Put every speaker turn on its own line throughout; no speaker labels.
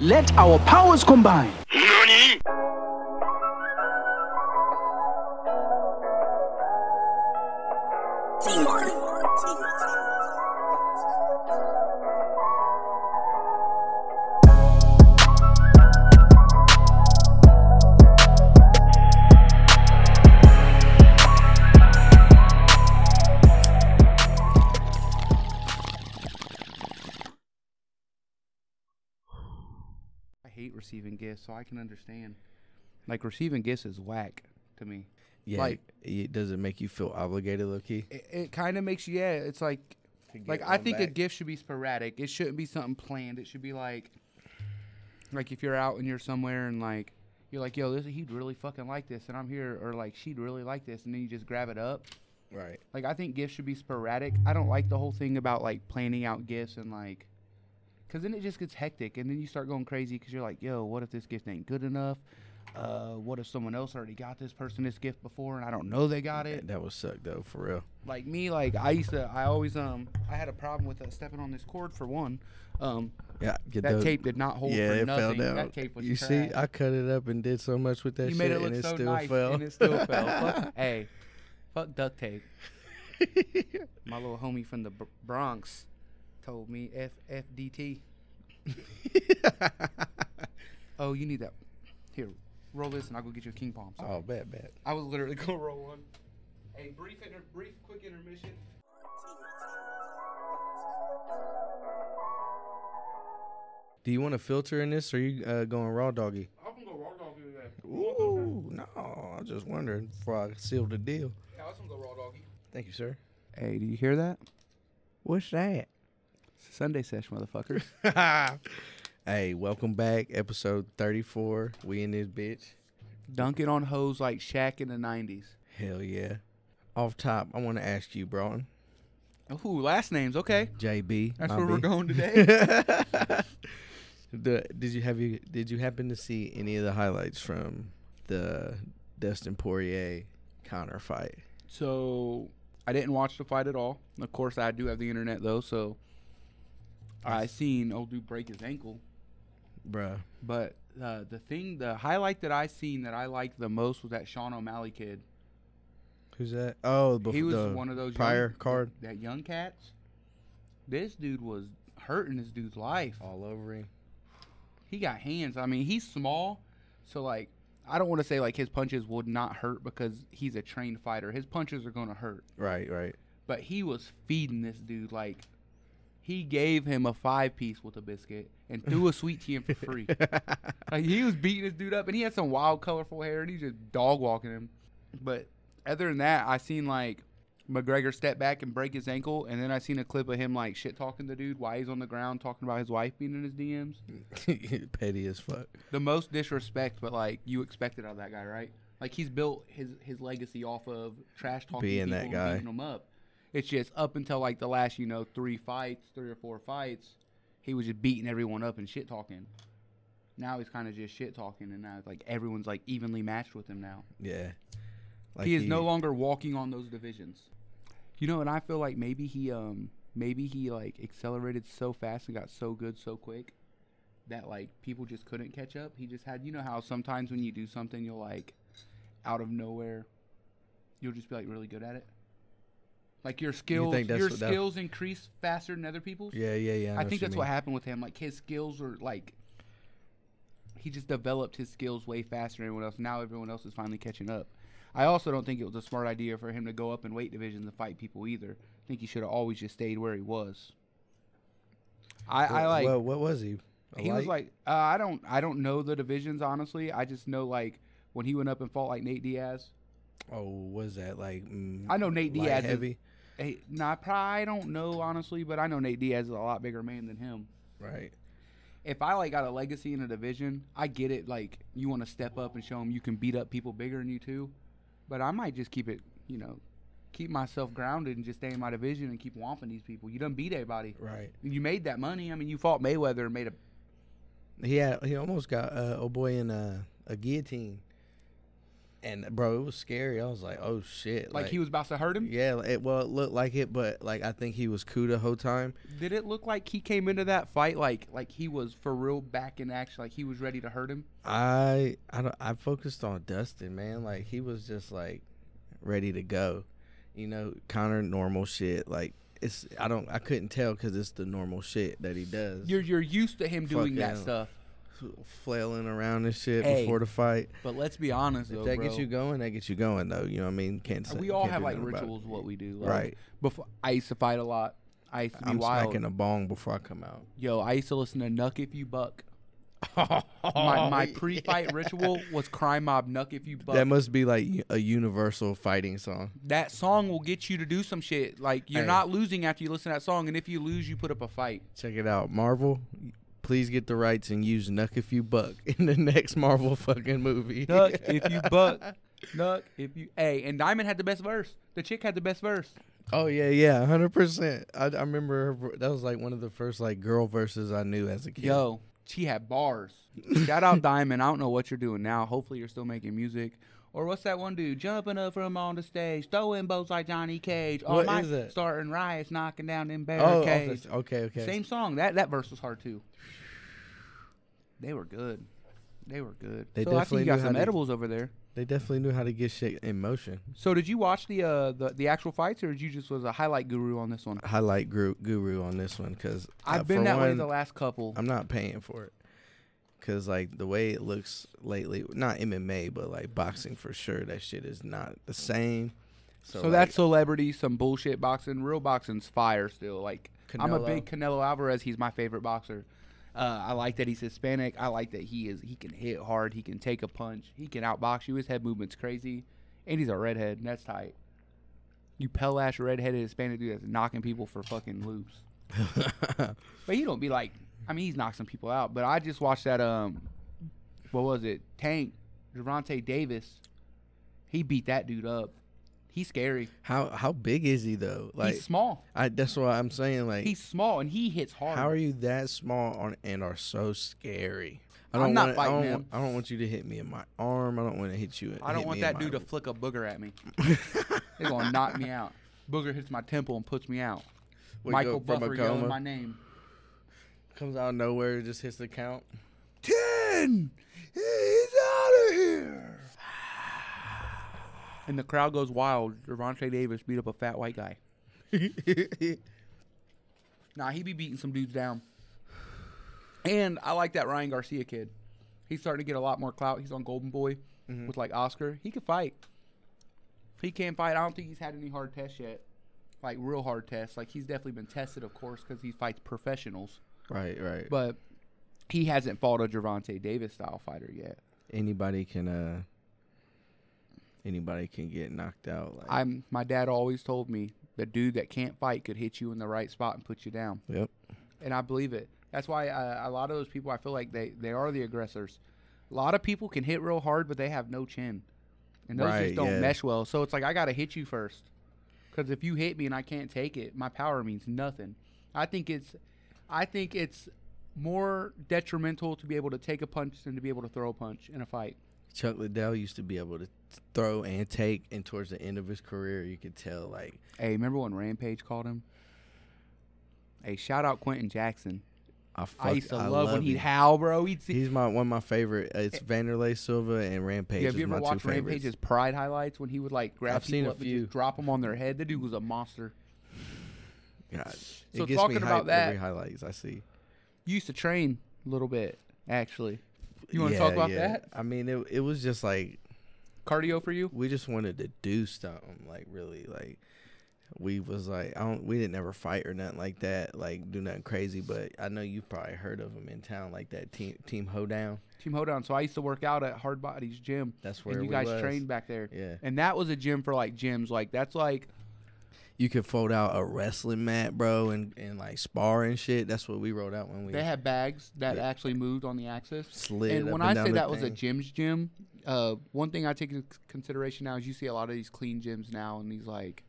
Let our powers combine.
Teamwork.
I hate receiving gifts, so I can understand. Like receiving gifts is whack to me.
Yeah,
Like-
it, it- does it make you feel obligated, low key?
It, it kind of makes you yeah. It's like
get
like I
one
think a
back.
gift should be sporadic. It shouldn't be something planned. It should be like like if you're out and you're somewhere and like you're like yo, this he'd really fucking like this, and I'm here, or like she'd really like this, and then you just grab it up.
Right.
Like I think gifts should be sporadic. I don't like the whole thing about like planning out gifts and like, cause then it just gets hectic and then you start going crazy because you're like, yo, what if this gift ain't good enough? Uh, what if someone else already got this person this gift before and I don't know they got it?
That would suck though, for real.
Like me, like I used to, I always um, I had a problem with uh, stepping on this cord for one. Um,
Yeah, get
that
those-
tape did not hold
Yeah,
for
it
nothing.
fell down.
That tape was
you
trash.
see, I cut it up and did so much with that
you
shit,
made it look
and it
so
still
nice
fell.
and it still fell. Fuck- hey, fuck duct tape. My little homie from the Br- Bronx told me F F D T. Oh, you need that. Here, roll this, and I'll go get you a king palm. So
oh, bad, bad.
I was literally gonna roll one. A brief, inter- brief, quick intermission.
Do you want a filter in this, or you uh, going raw doggy?
I can go raw doggy with that.
Ooh, no, I was just wondering before I sealed the deal.
Yeah, I just go raw doggy.
Thank you, sir.
Hey, do you hear that?
What's that?
It's a Sunday session, motherfuckers.
hey, welcome back, episode thirty-four. We in this bitch.
Dunking on hoes like Shaq in the '90s.
Hell yeah. Off top, I want to ask you, Bron,
Ooh, last names. Okay,
JB.
that's
my
where we're
B.
going today.
The, did you have you did you happen to see any of the highlights from the Dustin Poirier Connor fight?
So I didn't watch the fight at all. Of course, I do have the internet though, so I seen old dude break his ankle.
Bruh.
But uh, the thing, the highlight that I seen that I liked the most was that Sean O'Malley kid.
Who's that? Oh, bef-
he was
the
one of those
prior
young,
card
that young cats. This dude was hurting this dude's life.
all over him.
He got hands. I mean, he's small, so like I don't want to say like his punches would not hurt because he's a trained fighter. His punches are gonna hurt.
Right, right.
but he was feeding this dude like he gave him a five piece with a biscuit and threw a sweet tea in for free. like he was beating this dude up, and he had some wild, colorful hair, and he just dog walking him. But other than that, I seen like McGregor step back and break his ankle, and then I seen a clip of him like shit talking the dude while he's on the ground talking about his wife being in his DMs.
Petty as fuck.
The most disrespect, but like you expected out of that guy, right? Like he's built his his legacy off of trash talking
Being
people
that
and
guy.
beating them up. It's just up until like the last you know three fights, three or four fights, he was just beating everyone up and shit talking. Now he's kind of just shit talking, and now it's like everyone's like evenly matched with him now.
Yeah. Like
he is no longer walking on those divisions. You know, and I feel like maybe he um maybe he like accelerated so fast and got so good so quick that like people just couldn't catch up. He just had you know how sometimes when you do something you'll like out of nowhere you'll just be like really good at it. Like your skills
think that's
your
what that-
skills increase faster than other people's.
Yeah, yeah, yeah.
I, think that's what
happened.
happened with him. Like his skills are like he just developed his skills way faster than everyone else. Now everyone else is finally catching up. I also don't think it was a smart idea for him to go up in weight divisions and fight people either. I think he should have always just stayed where he was. I, I like
Well, what was he? A
he was
light?
like uh, I don't I don't know the divisions honestly. I just know like when he went up and fought like Nate Diaz.
oh, was that like? Mm,
I know Nate
light
Diaz is-
heavy.
Hey, no, I probably don't know honestly, but I know Nate Diaz is a lot bigger man than him.
Right.
if I like got a legacy in a division, I get it. Like you want to step up and show them you can beat up people bigger than you too. But I might just keep it, you know, keep myself grounded and just stay in my division and keep whomping these people. You done beat everybody.
Right.
You made that money. I mean, you fought Mayweather and made a.
He had he almost got uh, oh boy in a, a guillotine. and bro, it was scary. I was like, oh shit,
Like, he was about to hurt him.
Yeah, it, well, it looked like it, but like I think he was cool the whole time.
Did it look like he came into that fight like like he was for real back in action, like he was ready to hurt him?
I I don't, I focused on Dustin, man. Like he was just like ready to go. You know, Connor normal shit. Like it's I don't I couldn't tell because it's the normal shit that he does.
You're you're used to him doing that
Fucking-
stuff.
flailing around and shit
Hey.
before the fight.
But let's be honest
If
though,
that
bro. Uh,
gets you going, that gets you going though. You know what I mean? Can't say,
we all
can't
have
do
like
nothing about it.
rituals what we do. Like,
Right.
Before I used to fight a lot. I used to be
I'm
wild.
smacking a bong before I come out.
Yo, I used to listen to Nuck If You Buck. My my pre-fight ritual was Crime Mob Nuck If You Buck.
That
That,
must be like u- a universal fighting song.
song will get you to do some shit. Like you're
Hey.
not losing after you listen to that song, and if you lose, you put up a fight.
Check it out, Marvel. Please get the rights and use Nuck if you buck in the next Marvel fucking movie.
Nuck If You Buck. Nuck If You. Hey, and Diamond had the best verse. The chick had the best verse.
Oh yeah, yeah, hundred percent. I, I remember her, vo- that was like one of the first like girl verses I knew as a kid.
Yo, she had bars. Shout out Diamond. I don't know what you're doing now. Hopefully you're still making music. Or what's that one dude jumping up from on the stage, throwing bows like Johnny Cage? Or
What
my-
is it?
Starting riots, knocking down them
oh, off
barricades.
this- okay, okay.
Same song. That that verse was hard too. They were good. They were good.
They
so I see
definitely
you got
knew how
some
to-
edibles over there.
They definitely knew how to get shit in motion.
So did you watch the uh the, the actual fights, or did you just was a highlight guru on
Uh,
this one?
Highlight guru, guru on this one uh, because
I've been that way the last couple.
I'm not paying for it because like the way it looks lately, not MMA but like boxing for sure. That shit is not the same.
So,
like,
that's celebrity, some bullshit boxing. Real boxing's fire still. Like I'm a
Canelo.
big Canelo Alvarez. He's my favorite boxer. Uh, I like that he's Hispanic. I like that he is. He can hit hard. He can take a punch. He can outbox you. His head movement's crazy, and he's a redhead. And that's tight. You pell ass redheaded Hispanic dude that's knocking people for fucking loops. But he don't be like. I mean, he's knocked some people out. But I just watched that. Um, what was it? Tank Javante Davis. He beat that dude up. He's scary.
how how big is he though? Like
he's small.
I, that's what I'm saying. Like
He's small and he hits hard.
How are you that small on, and are so scary? I
I'm
don't
not
want
fighting
I don't,
him.
want- I don't want you to hit me in my arm. I don't want to hit you.
I don't
hit
want
me
that
in
dude
my-
to flick a booger at me. They're gonna knock me out. Booger hits my temple and puts me out.
What,
Michael
go from a
Buffer yelling
coma?
my name.
comes out of nowhere, just hits the count.
Ten.
He's out of here.
And the crowd goes wild. Devontae Davis beat up a fat white guy. Nah, he be beating some dudes down. And I like that Ryan Garcia kid. He's starting to get a lot more clout. He's on Golden Boy with like Oscar. He could fight. He can fight. I don't think he's had any hard tests yet, like real hard tests. Like he's definitely been tested, of course, because he fights professionals.
right, right. But
But he hasn't fought a Gervonta Davis style fighter yet.
anybody can uh, anybody can get knocked out. Like,
I'm. My dad always told me the dude that can't fight could hit you in the right spot and put you down.
yep.
and I believe it. That's why uh, a lot of those people, I feel like they they are the aggressors. A lot of people can hit real hard, but they have no chin, and those just
Right,
don't
yeah.
mesh well. So it's like I gotta hit you first, because if you hit me and I can't take it, my power means nothing. I think it's, I think it's more detrimental to be able to take a punch than to be able to throw a punch in a fight.
Chuck Liddell used to be able to throw and take, and towards the end of his career, you could tell like
Hey, remember when Rampage called him? Hey, shout out Quentin Jackson.
I, fuck,
I used to
I
love, when
him.
he'd howl, bro. He'd see,
He's my one of my favorite. It's Vanderlei Silva and Rampage.
Eh. Yeah, have you
is
ever
my two
watched
favorites.
Rampage's Pride highlights when he would like grab
I've
people
seen a
up and
few.
just drop them on their head? The dude was a monster.
God,
So
it gets
talking
me
about
hyped
that-
every highlights I see.
You used to train a little bit, actually. You want to talk
Yeah,
about
yeah.
that
I mean, it it was just like
cardio for you?
we just wanted to do something. Like really, like we was like I don't we didn't ever fight or nothing like that. Like do nothing crazy. But I know you probably heard of him in town, like that team team hoedown.
Team Hoedown. So I used to work out at Hard Bodies Gym.
That's where
and you
we
guys
was.
trained back there.
Yeah.
And that was a gym for like gyms. Like that's like
You could fold out a wrestling mat, bro, and and like spar and shit. That's what we rolled out when we.
they had bags that
Yeah.
actually moved on the axis.
Slid
and
up
when
and
I
down
say
the
that was a
thing.
gym's gym, uh, one thing I take into c- consideration now is you see a lot of these clean gyms now and these like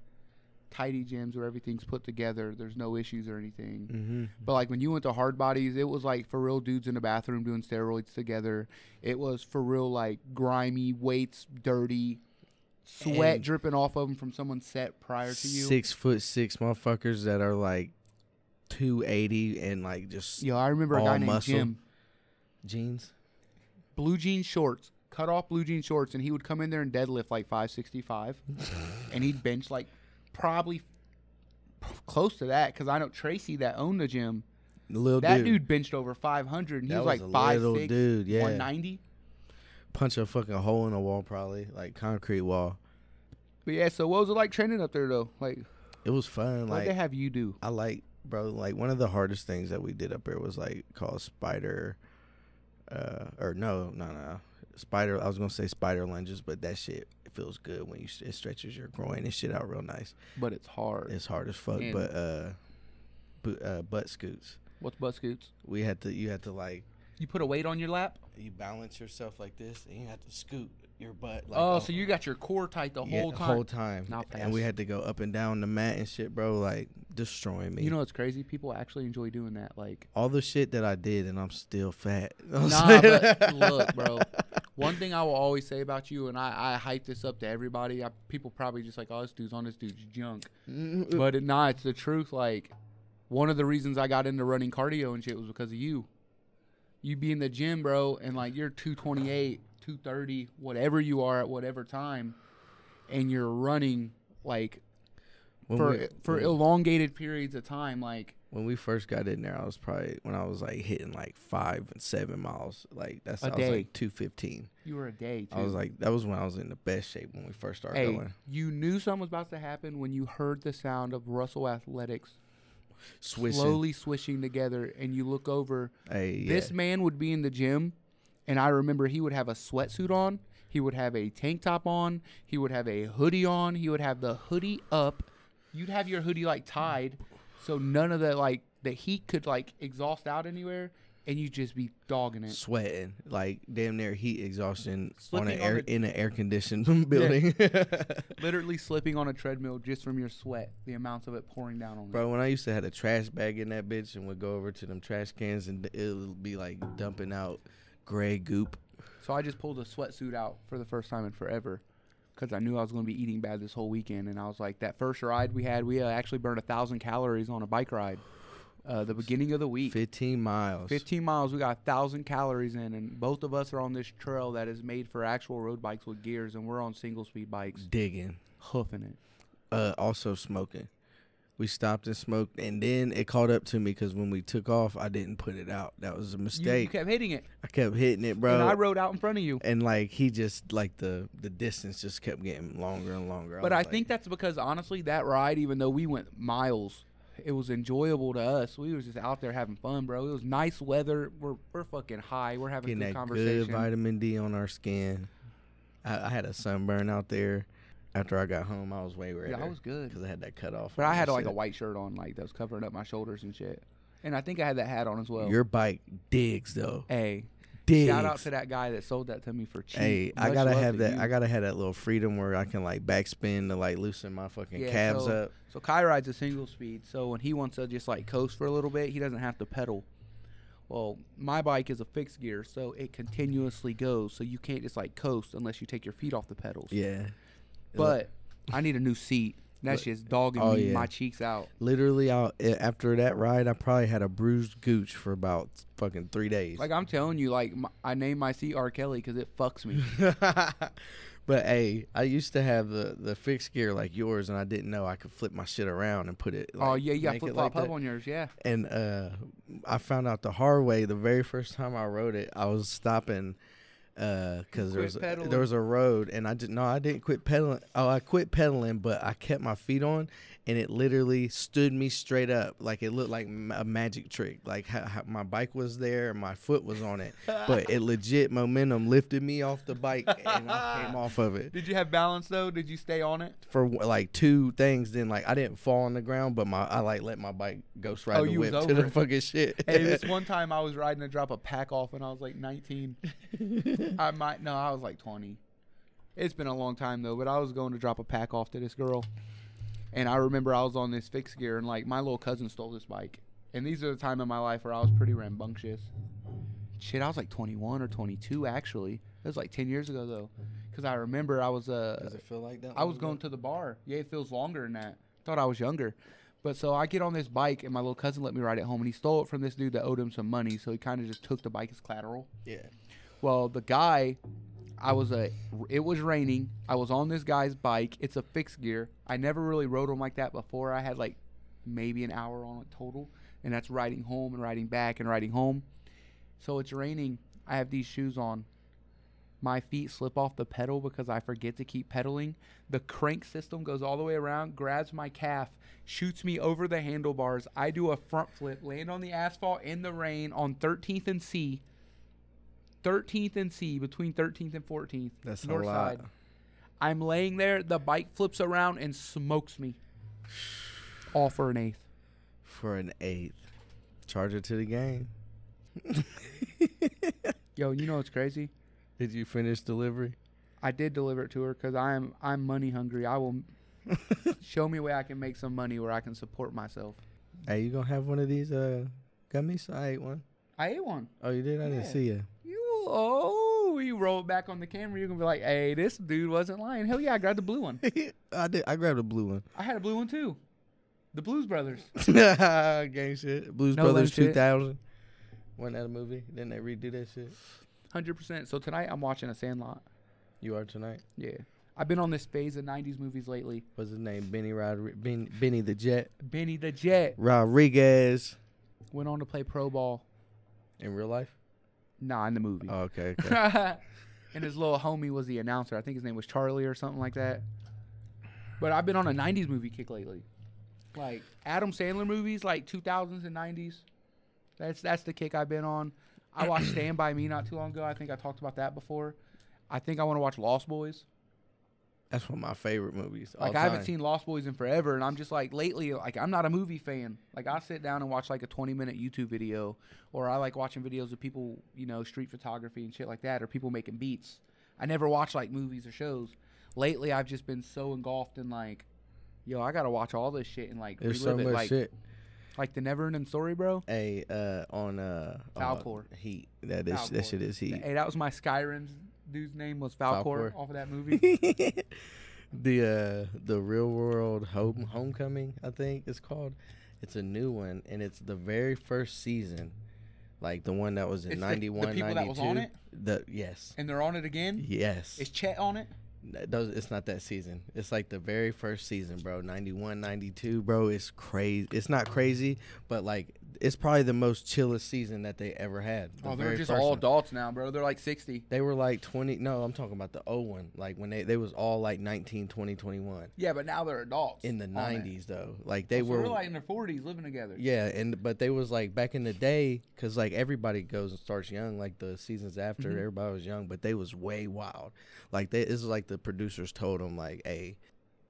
tidy gyms where everything's put together. There's no issues or anything.
Mm-hmm.
But like when you went to hard bodies, it was like for real dudes in the bathroom doing steroids together. It was for real like grimy weights, dirty, sweat
And-
dripping off of them from someone's set prior to you.
Six foot six motherfuckers that are like two eighty and like just
Yo, I remember a
all
guy named
muscle.
Jim,
jeans.
blue jean shorts, cut off blue jean shorts, and he would come in there and deadlift like 565, and he'd bench like probably close to that because I know Tracy that owned the gym.
Little
That
Oh, dude,
dude, benched over 500, and he
That
was,
was
like
a
five
little
six,
dude, yeah.
190.
punch a fucking hole in a wall, probably like concrete wall.
But yeah, so what was it like training up there though? Like,
It was fun.
what
Like
they have you do?
I like, bro. Like one of the hardest things that we did up here was like called spider, uh, or no, no, no, spider. I was gonna say spider lunges, but that shit feels good when you it stretches your groin and shit out real nice.
But it's hard.
It's hard as fuck,
And-
but uh, bu- uh, butt scoots.
What's butt scoots?
We had to, you had to like,
You put a weight on your lap.
you balance yourself like this, and you had to scoot your butt. Like,
Oh, so you got your core tight the
yeah,
whole
the
time.
whole time.
Not
and we
fast.
had to go up and down the mat and shit, bro. Like destroying me.
You know what's crazy? People actually enjoy doing that. Like,
all the shit that I did, and I'm still fat.
nah, but look, bro. One thing I will always say about you, and I, I hype this up to everybody. I, people probably just like, oh, this dude's on this dude's junk. But it, nah, it's the truth. Like, one of the reasons I got into running cardio and shit was because of you. You be in the gym, bro, and like you're 228, 230, whatever you are at whatever time, and you're running like
when,
for
we,
for elongated periods of time. Like,
when we first got in there, I was probably when I was like hitting like five and seven miles. Like that's
A
I was
day.
like two fifteen.
you were a day. Too.
I was like that was when I was in the best shape when we first started
Hey,
going.
you knew something was about to happen when you heard the sound of Russell Athletics
Swishing.
slowly swishing together, and you look over.
Hey, yeah.
This man would be in the gym, and I remember he would have a sweatsuit on, he would have a tank top on, he would have a hoodie on, he would have the hoodie up. You'd have your hoodie like tied, so none of the like the heat could like exhaust out anywhere, and you just be dogging it.
sweating like damn near heat exhaustion on
Slipping
an
on
air
the-
in an air conditioned building.
Literally slipping on a treadmill just from your sweat, the amounts of it pouring down on me.
Bro, when I used to had a trash bag in that bitch and would go over to them trash cans and it'll be like dumping out gray goop.
So I just pulled a sweatsuit out for the first time in forever because I knew I was going to be eating bad this whole weekend. And I was like, that first ride we had, we uh, actually burned a thousand calories on a bike ride. Uh, the beginning of the week,
15 miles.
15 miles, we got a thousand calories in, and both of us are on this trail that is made for actual road bikes with gears, and we're on single speed bikes,
Digging.
hoofing it.
Uh, also smoking. We stopped and smoked, and then it caught up to me because when we took off, I didn't put it out. That was
You,
a
you
mistake.
kept hitting it,
I kept hitting it, bro.
and I rode out in front of you.
And, like he just like the the distance just kept getting longer and longer.
But
was
I
like,
think that's because honestly, that ride, even though we went miles, it was enjoyable to us. We was just out there having fun, bro. It was nice weather. We're we're fucking high. We're having
getting
good
that good
conversation.
vitamin D on our skin. I, I had a sunburn out there. After I got home, I was way redder.
yeah, I was good.
because I had that cut off.
But I had
and
like a
shit.
white shirt on, like that was covering up my shoulders and shit. And I think I had that hat on as well.
Your bike digs though.
hey,
Digs.
shout out to that guy that sold that to me for cheap.
Hey, I
Much
gotta
love
have
to
that.
you.
I gotta have that little freedom where I can like backspin to like loosen my fucking
Yeah,
calves
so-
up.
So Kai rides a single speed, so when he wants to just like coast for a little bit, he doesn't have to pedal. Well, my bike is a fixed gear, so it continuously goes, so you can't just like coast unless you take your feet off the pedals.
Yeah.
But I need a new seat. That's just dogging
Oh,
me,
yeah.
my cheeks out.
Literally, I after that ride, I probably had a bruised gooch for about fucking three days.
Like I'm telling you, like my, I named my seat R Kelly because it fucks me.
but hey, I used to have the the fixed gear like yours, and I didn't know I could flip my shit around and put it. Like,
oh yeah, you got
make it
flip flop
like
hub
that.
on yours, yeah.
and uh, I found out the hard way the very first time I rode it. I was stopping because there
quit
was a,
pedaling.
there was a road, and I didn't. No, I didn't quit pedaling. Oh, I quit pedaling, but I kept my feet on, and it literally stood me straight up. Like it looked like ma- a magic trick. Like how, how my bike was there, and my foot was on it, but it legit momentum lifted me off the bike, and I came off of it
Did you have balance though? Did you stay on it?
for like two things. Then like I didn't fall on the ground, but my I like let my bike go straight
Oh,
the
you was
whip to the
over it.
fucking shit.
Hey, this one time I was riding to drop a pack off and I was like 19. I might, no, I was like 20. It's been a long time though, but I was going to drop a pack off to this girl. And I remember I was on this fixed gear, and like my little cousin stole this bike. And these are the time in my life where I was pretty rambunctious. Shit, I was like 21 or 22 actually. It was like 10 years ago though, because I remember I was uh,
Does it feel like that?
I was going to the bar. Yeah, it feels longer than that. Thought I was younger. But so I get on this bike, and my little cousin let me ride it home, and he stole it from this dude that owed him some money. So he kind of just took the bike as collateral.
Yeah.
Well, the guy, I was a. It was raining. I was on this guy's bike. It's a fixed gear. I never really rode them like that before. I had like maybe an hour on it total, and that's riding home and riding back and riding home. So it's raining. I have these shoes on. My feet slip off the pedal because I forget to keep pedaling. The crank system goes all the way around, grabs my calf, shoots me over the handlebars. I do a front flip, land on the asphalt in the rain on 13th and C. 13th and C, between 13th and 14th.
That's a
north
lot.
side. I'm laying there. The bike flips around and smokes me. All for an eighth.
For an eighth. Charge it to the game.
Yo, you know what's crazy?
Did you finish delivery?
I did deliver it to her because I am I'm money hungry. I will show me a way I can make some money where I can support myself.
Hey, you gonna have one of these uh gummies? I ate one.
I ate one.
Oh, you did? I didn't
Yeah.
see you.
You oh, you roll it back on the camera. You're gonna be like, hey, this dude wasn't lying. Hell yeah, I grabbed the blue one.
I did. I grabbed a blue one.
I had a blue one too. The Blues Brothers.
Gang shit. Blues
No
Brothers
lame shit.
2000. Wasn't that a movie? Didn't they redo that shit?
Hundred percent. So tonight I'm watching a Sandlot.
You are tonight.
Yeah. I've been on this phase of '90s movies lately.
What's his name? Benny Rod. Ben, Benny the Jet.
Benny the Jet
Rodriguez.
went on to play pro ball.
In real life?
Nah, in the movie.
Oh, okay. okay.
and his little homie was the announcer. I think his name was Charlie or something like that. But I've been on a '90s movie kick lately, like Adam Sandler movies, like 2000s and 90s. That's that's the kick I've been on. I watched Stand by Me not too long ago. I think I talked about that before. I think I want to watch Lost Boys.
That's one of my favorite movies. all
Like I haven't
time.
seen Lost Boys in forever, and I'm just like lately, like I'm not a movie fan. Like I sit down and watch like a 20 minute YouTube video, or I like watching videos of people, you know, street photography and shit like that, or people making beats. I never watch like movies or shows. Lately, I've just been so engulfed in like, yo, I gotta watch all this shit and like
There's so
relive
much
it, like
shit.
like the Never Ending Story, bro.
Hey, uh, on uh, uh,
Falcor.
Heat. That is
Falcor.
that shit is heat.
Hey, that was my Skyrim's dude's name was Falcor,
Falcor.
off of that movie.
the uh, the real world home homecoming, I think it's called. It's a new one, and it's the very first season, like the one that was in
It's the- the
91,
people that was
92.
on it?
The yes,
and they're on it again.
yes.
Is Chet on it?
N- those- it's not that season. It's like the very first season, bro. 91, 92, bro. It's crazy. It's not crazy, but like it's probably the most chillest season that they ever had. The
oh, they're
very
just
first
all
one.
adults now, bro. They're like 60.
They were like 20. No, I'm talking about the old one. Like when they they was all like 19, 20, 21
Yeah, but now they're adults.
in the
on it.
90s though. Like they
Oh, so
were
we're like in their forties living together.
yeah, and but they was like back in the day cuz like everybody goes and starts young like the seasons after everybody was young, but they was way wild. Like they it's like the producers told them like, "Hey,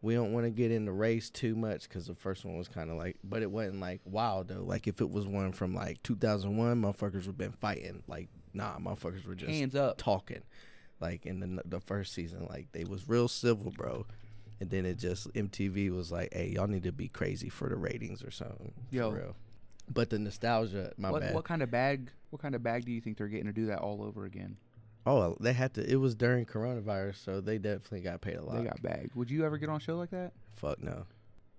we don't want to get in the race too much cuz the first one was kind of like but it wasn't like wild though. Like if it was one from like 2001, motherfuckers would been fighting. Like nah, motherfuckers were just
Hands up.
talking like in the the first season like they was real civil bro and then it just MTV was like hey y'all need to be crazy for the ratings or something
Yo.
for real but the nostalgia my
What,
bad
what kind of bag? What kind of bag do you think they're getting to do that all over again?
oh they had to it was during coronavirus so they definitely got paid a lot
They got bagged. Would you ever get on a show like that?
fuck no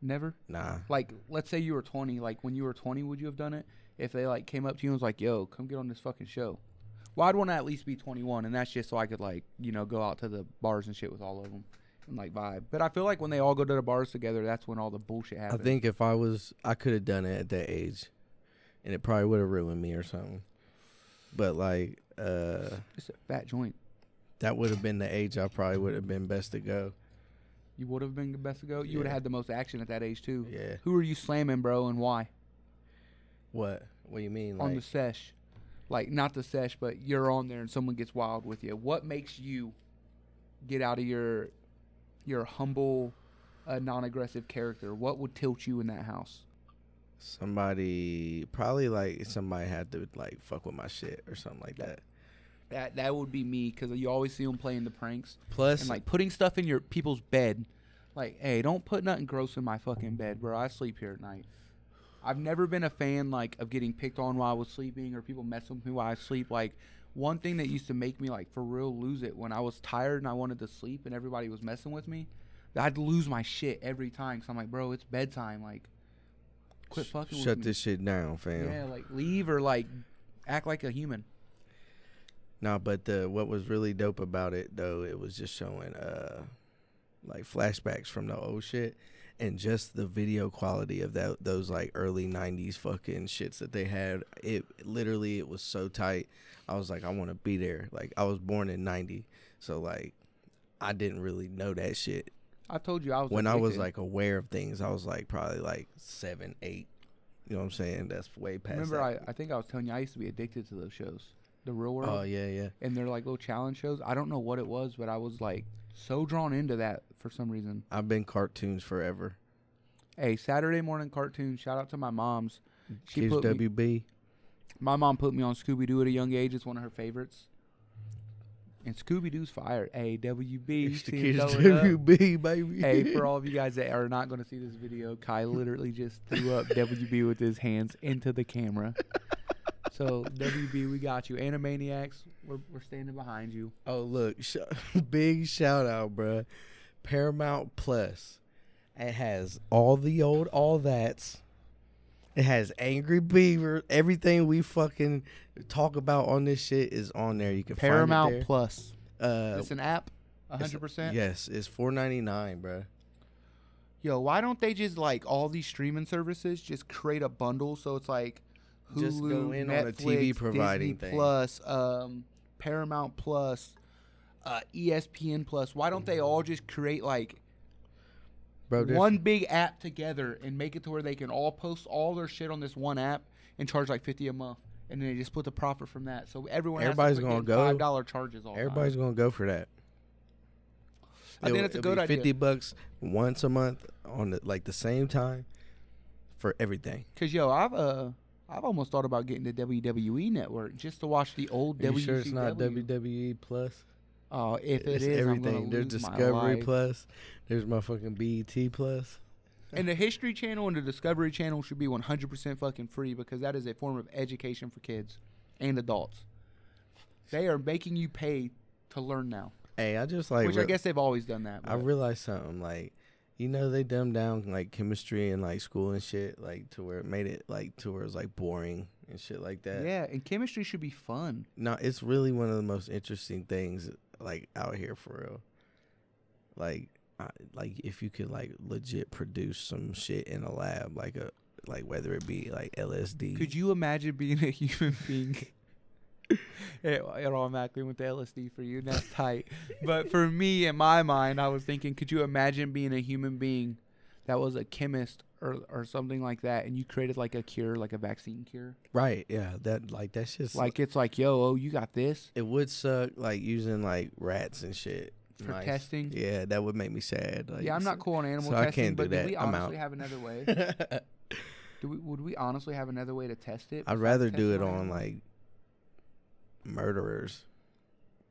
Never.
nah
Like, let's say you were 20. Like when you were 20, would you have done it if they like came up to you and was like, "Yo, come get on this fucking show"? Well, I'd want to at least be 21, and that's just so I could like you know go out to the bars and shit with all of them and like vibe. But I feel like when they all go to the bars together, that's when all the bullshit
I
happens.
think if I was I could have done it at that age and it probably would have ruined me or something but like uh
it's a fat joint.
that would have been the age I probably would have been best to go
You would have been the best to go. You would
Yeah.
have had the most action at that age too.
Yeah.
Who are you slamming, bro, and why?
what what do you mean
on
like
the sesh, like not the sesh, but you're on there and someone gets wild with you. What makes you get out of your your humble, uh, non-aggressive character? What would tilt you in that house?
Somebody probably like somebody had to like fuck with my shit or something like that.
That that would be me because you always see them playing the pranks
Plus,
and like putting stuff in your people's bed. Like, hey, don't put nothing gross in my fucking bed, bro. I sleep here at night. I've never been a fan like of getting picked on while I was sleeping or people messing with me while I sleep. Like one thing that used to make me like for real lose it when I was tired and I wanted to sleep and everybody was messing with me. I'd lose my shit every time. Cause I'm like, bro, it's bedtime. Like, quit
Sh-
fucking
Shut
with
this shit down,
me.
fam.
Yeah, like leave or like act like a human.
No, but the what was really dope about it though, it was just showing uh like flashbacks from the old shit and just the video quality of that those like early 90s fucking shits that they had. It literally it was so tight. I was like I want to be there. Like I was born in 90. So like I didn't really know that shit.
I told you I was
when I was uh,
addicted.
like aware of things, I was like probably like 7, 8. You know what I'm saying? That's way past
remember I,
that.
I think I was telling you I used to be addicted to those shows, the real world.
Oh yeah, yeah.
and they're like little challenge shows. I don't know what it was, but I was like so drawn into that for some reason.
I've been cartoons forever.
Hey, Saturday morning cartoon. Shout out to my mom's. She
Kids
put me-
WB.
my mom put me on Scooby Doo at a young age. It's one of her favorites. And Scooby Doo's fired. Hey, WB.
It's the
see it
kids
going up.
WB, baby.
Hey, for all of you guys that are not going to see this video, Kai literally just threw up WB with his hands into the camera. So WB, we got you. Animaniacs, we're, we're standing behind you.
oh, look, sh- big shout out, bruh. Paramount Plus. It has all the old all that's. It has Angry Beaver. Everything we fucking talk about on this shit is on there. You can
Paramount
find
Plus.
it there. Uh,
it's an app, 100%.
yes, it's four ninety nine, bruh.
Yo, why don't they just like all these streaming services just create a bundle so it's like Hulu,
Just go in
Netflix,
on a TV providing
Disney
thing.
Plus, um, Paramount Plus, uh, ESPN Plus. Why don't they all just create like
Bro, there's-
one big app together and make it to where they can all post all their shit on this one app and charge like fifty a month, and then they just split the profit from that. So everyone, has to
Everybody's
quit
gonna
getting
go.
five dollar charges all the time.
Everybody's gonna go for that.
I think that's a
it'll
good
be
idea.
Fifty bucks once a month on the, like the same time for everything.
Cause yo, I've uh, I've almost thought about getting the WWE network just to watch the old
Are
WCW.
you sure it's not WWE Plus?
Oh, if it
it's
is,
everything.
I'm gonna
There's
lose my
Discovery
life.
Plus. There's motherfucking BET E Plus.
And the History Channel and the Discovery Channel should be 100% fucking free because that is a form of education for kids and adults. They are making you pay to learn now,
Hey, I just like.
which I
re-
guess they've always done that.
I
but-
realized something like. You know they dumbed down like chemistry and like school and shit like to where it made it like to where it was like boring and shit like that.
yeah, and chemistry should be fun.
No, it's really one of the most interesting things like out here for real. Like, I, like if you could like legit produce some shit in a lab, like a like whether it be like LSD.
Could you imagine being a human being? it, it automatically went to LSD for you, and that's tight. but for me, in my mind, I was thinking, could you imagine being a human being that was a chemist or or something like that, and you created like a cure, like a vaccine cure?
right? Yeah, that like that's just like
Like it's like, yo, oh, you got this
it would suck like using like rats and shit
for
Nice.
testing. Yeah,
Yeah, that would make me sad. Like,
I'm not cool on animal
so I
testing,
can't do
but do
that.
we
I'm
honestly
out.
have another way?
cool.
Do we, would we honestly have another way to test it?
I'd
besides
rather do it
testing
on
animals?
like murderers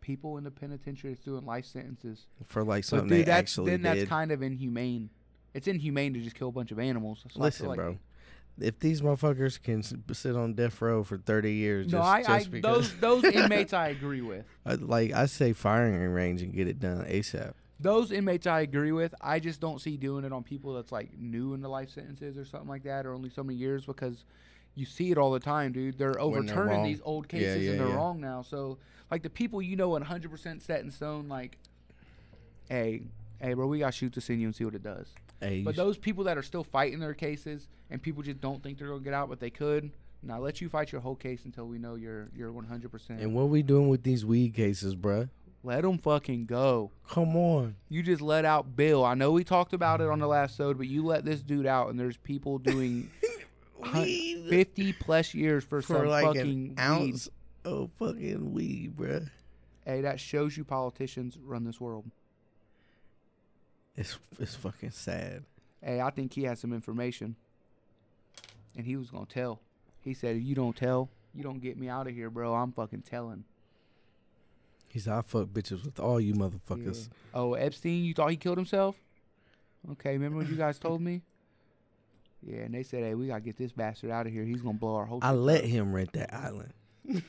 people in the penitentiary that's doing life sentences.
for like
But
something
dude,
they
that's
actually
then that's
did.
kind of inhumane. It's inhumane to just kill a bunch of animals. So I feel
Listen,
like-
bro. If these motherfuckers can s- sit on death row for thirty years,
No,
just,
I, I
just because,
those those inmates I agree with.
I- like I say, firing range and get it done ASAP.
Those inmates I agree with. I just don't see doing it on people that's like new into life sentences or something like that, or only so many years because you see it all the time, dude. They're
they're
overturning
wrong.
these old
Yeah,
cases
yeah,
and they're
yeah.
wrong now. So like the people you know, 100 percent set in stone. Like, hey, hey, bro, we gotta shoot this in you and see what it does.
Hey,
But
you s-
those people that are still fighting their cases and people just don't think they're gonna get out, but they could. Now let you fight your whole case until we know you're you're 100.
and
percent
what we doing with these weed cases, bruh?
Let them fucking go.
Come on,
You just let out Bill. I know we talked about it on the last episode, but you let this dude out, and there's people doing hun- 50 plus years for,
for
some
like
fucking
an ounce of fucking weed, bruh.
Weed. Hey, that shows you politicians run this world.
It's it's fucking sad.
Hey, I think he has some information, and he was gonna tell. He said, "If you don't tell, you don't get me out of here, bro. I'm fucking telling."
He said, "I fuck bitches with all you motherfuckers."
Oh, Epstein, you thought he killed himself? Okay, remember what you guys told me? Yeah, and they said, hey, we gotta get this bastard out of here. He's gonna blow our whole.
I
shit
let
up."
him rent that island. gang,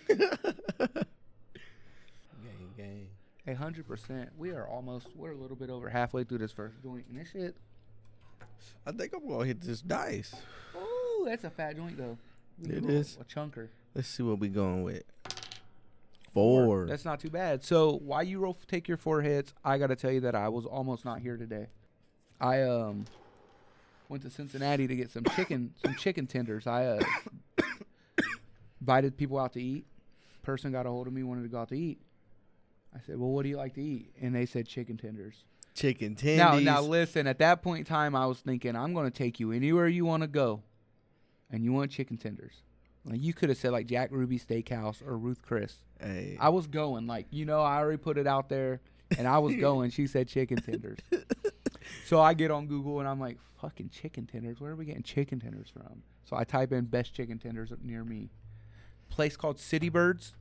gang.
A hundred percent. We are almost. We're a little bit over halfway through this first joint, and this shit.
I think I'm gonna hit this dice.
Ooh, that's a fat joint though. We
It
do a-
is.
a chunker.
Let's see what we going with. Four.
That's not too bad. So while you roll, take your four hits. I gotta tell you that I was almost not here today. I um went to Cincinnati to get some chicken, some chicken tenders. I uh, invited people out to eat. Person got a hold of me, wanted to go out to eat. I said, "Well, what do you like to eat?" And they said chicken tenders.
chicken tendies.
Now, now listen. At that point in time, I was thinking, I'm going to take you anywhere you want to go, and you want chicken tenders. Like you could have said like Jack Ruby Steakhouse or Ruth Chris.
Hey.
I was going like you know I already put it out there, and I was going. She said chicken tenders. So I get on Google and I'm like, fucking chicken tenders. Where are we getting chicken tenders from? So I type in best chicken tenders near me. Place called City Birds,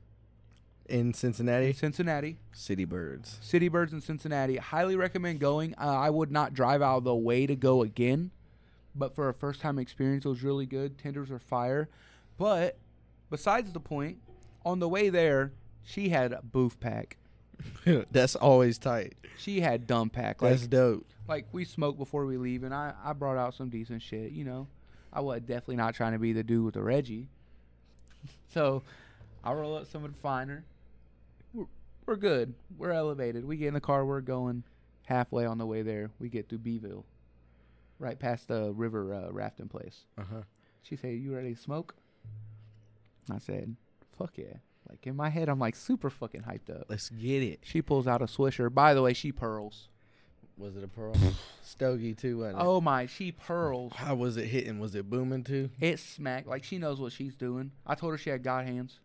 in Cincinnati,
Cincinnati.
City Birds.
City Birds in Cincinnati. Highly recommend going. Uh, I would not drive out of the way to go again, but for a first time experience, it was really good. Tenders are fire. But besides the point, on the way there, she had a booth pack.
That's always tight.
She had dumb pack. Like,
That's dope.
like we smoked before we leave, and I, I brought out some decent shit. You know, I was definitely not trying to be the dude with the Reggie. So I roll up some of the finer. We're, we're good. We're elevated. We get in the car. We're going halfway on the way there. We get through Beeville, right past the river uh, rafting place.
Uh huh.
She said, "You ready to smoke?" I said, "Fuck yeah!" Like in my head, I'm like super fucking hyped up.
Let's get it.
She pulls out a swisher. By the way, she pearls.
Was it a pearl? Stogie too, wasn't it?
Oh my, she pearls.
How was it hitting? Was it booming too?
It smacked. Like she knows what she's doing. I told her she had God hands.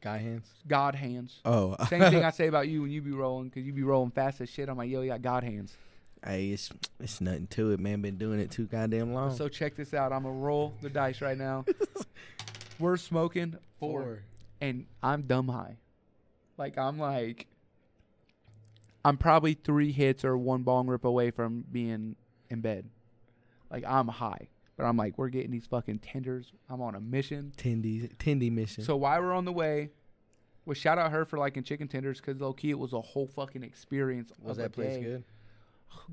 Guy hands.
God hands.
Oh,
Same thing I say about you when you be rolling, because you be rolling fast as shit. I'm like, yo, you got God hands.
hey, it's it's nothing to it, man. Been doing it too goddamn long.
So check this out. I'm going to roll the dice right now. We're smoking four, and I'm dumb high. Like, I'm like, I'm probably three hits or one bong rip away from being in bed. Like, I'm high. But I'm like, we're getting these fucking tenders. I'm on a mission.
Tendy, tendy mission.
So while we're on the way, well, shout out her for liking chicken tenders because low key it was a whole fucking experience.
was
of a
that place
day.
good?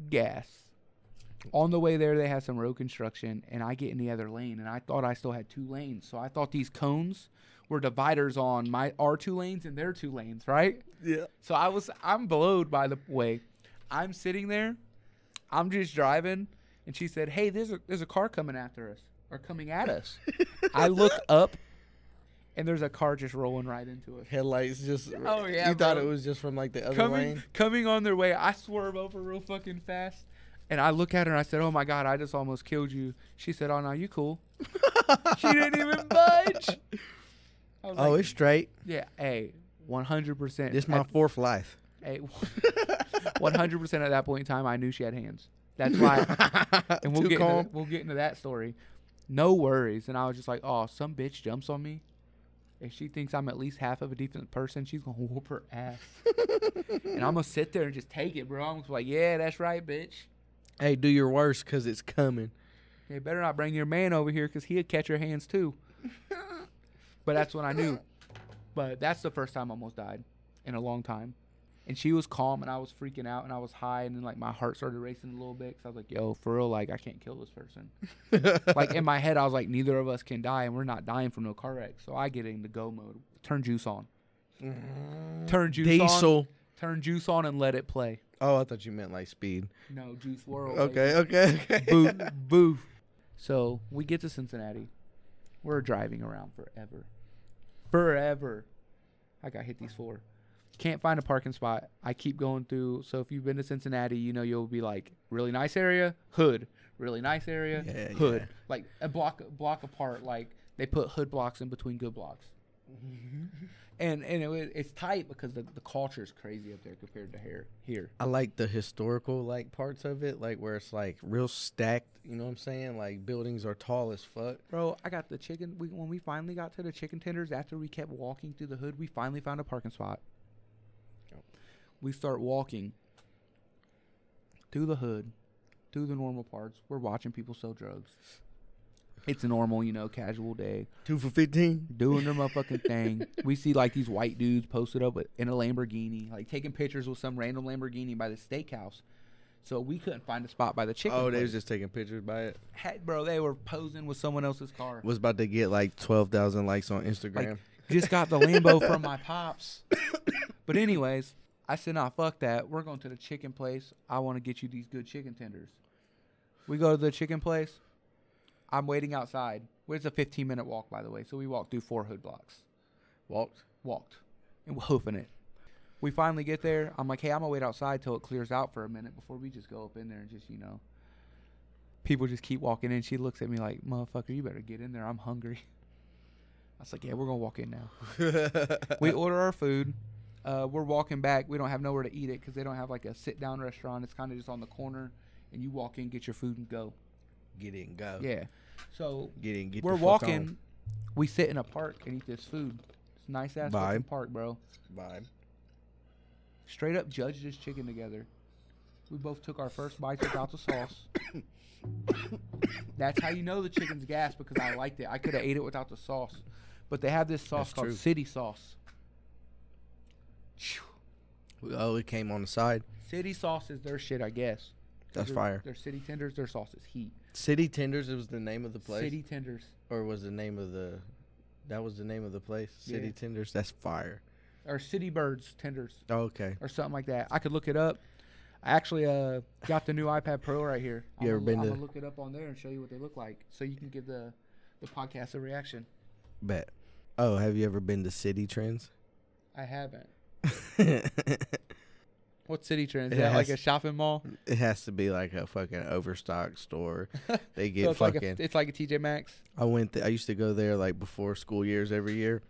Gas. On the way there, they had some road construction, and I get in the other lane, and I thought I still had two lanes, so I thought these cones were dividers on my our two lanes and their two lanes, right?
Yeah.
So I was I'm blowed by the way. I'm sitting there, I'm just driving, and she said, Hey, there's a there's a car coming after us or coming at us. I look up and there's a car just rolling right into us.
Headlights just.
Oh, yeah,
You thought it
bro.
was just from like the other
Coming
lane.
coming on their way, I swerve over real fucking fast. And I look at her and I said, Oh my god, I just almost killed you. She said, Oh no, you cool. she didn't even budge. I was
Oh,
like,
it's straight.
yeah, hey, one hundred percent.
This my fourth life.
Hey, one hundred percent at that point in time, I knew she had hands. That's why, and we'll
Too
get
calm.
into, we'll get into that story. No worries, and I was just like, oh, some bitch jumps on me. If she thinks I'm at least half of a decent person, she's gonna whoop her ass. and I'm gonna sit there and just take it, bro. I'm just like, yeah, that's right, bitch.
Hey, do your worst, cause it's coming.
You better not bring your man over here because he'll catch your hands too. but that's when I knew. But that's the first time I almost died in a long time. And she was calm and I was freaking out and I was high and then like my heart started racing a little bit because I was like, yo, for real, like I can't kill this person. like in my head, I was like, neither of us can die and we're not dying from no car wreck. So I get into go mode. Turn juice on. Turn juice on.
Diesel.
Turn juice on and let it play.
Oh, I thought you meant like speed.
No, juice world. baby.
Okay, okay, okay.
boo, boo. So we get to Cincinnati. We're driving around forever. Forever. I got hit these four. Can't find a parking spot. I keep going through. So if you've been to Cincinnati, you know you'll be like really nice area, hood. Really nice area,
Yeah,
hood.
yeah.
Like a block block apart. Like they put hood blocks in between good blocks.
Mm-hmm.
and and it, wa- it's tight because the, the culture is crazy up there compared to here. Here.
I like the historical like parts of it, like where it's like real stacked. You know what I'm saying? Like buildings are tall as fuck.
Bro, I got the chicken. We, when we finally got to the chicken tenders, after we kept walking through the hood, we finally found a parking spot.
Yep.
We start walking through the hood. do the normal parts. We're watching people sell drugs. It's a normal, you know, casual day.
Two for fifteen.
doing their motherfucking thing. We see like these white dudes posted up with- in a Lamborghini, like taking pictures with some random Lamborghini by the steakhouse. So we couldn't find a spot by the chicken.
Oh, they was
place.
just taking pictures by it.
Heck, bro. They were posing with someone else's car.
Was about to get like twelve thousand likes on Instagram.
Like, just got the Lambo from my pops. But anyways, I said, nah, fuck that. We're going to the chicken place. I want to get you these good chicken tenders. We go to the chicken place. I'm waiting outside. It's a 15 minute walk, by the way. So we walked through four hood blocks.
Walked.
walked and we're hoofing it. We finally get there. I'm like, hey, I'm gonna wait outside till it clears out for a minute before we just go up in there and just, you know. People just keep walking in. She looks at me like, motherfucker, you better get in there. I'm hungry. I was like, yeah, we're gonna walk in now. we order our food. Uh, we're walking back. We don't have nowhere to eat it because they don't have like a sit down restaurant. It's kind of just on the corner, and you walk in, get your food, and go.
Get in, go.
Yeah. So
Get in. Get.
we're
the fuck
walking. We sit in a park and eat this food. It's nice ass fucking
Vibe.
park, bro
On. Vibe.
straight up judged this chicken together. We both took our first bites without the sauce. That's how you know the chicken's gas because I liked it. I could have ate it without the sauce, but they have this sauce
That's
called
true.
city sauce. Phew.
Oh, it came on the side.
City sauce is their shit, I guess. 'Cause
That's
their-
fire.
Their city tenders, their sauce is heat.
City Tenders was the name of the place,
City tenders.
or was the name of the. That was the name of the place. City
Yeah.
Tenders. That's fire.
Or city birds tenders.
Oh, okay.
or something like that. I could look it up. I actually uh, got the new iPad Pro right here.
You ever been
I'm
to-
gonna look it up on there and show you what they look like, so you can give the the podcast a reaction.
Bet. Oh, have you ever been to City Trends?
I haven't.
it
What city trends? Is
It
that like
has-
a shopping mall?
has to be like a fucking overstock store. They
So
get
it's like
fucking.
a, it's like a TJ Maxx.
I went. Th- I used to go there like before school years every year.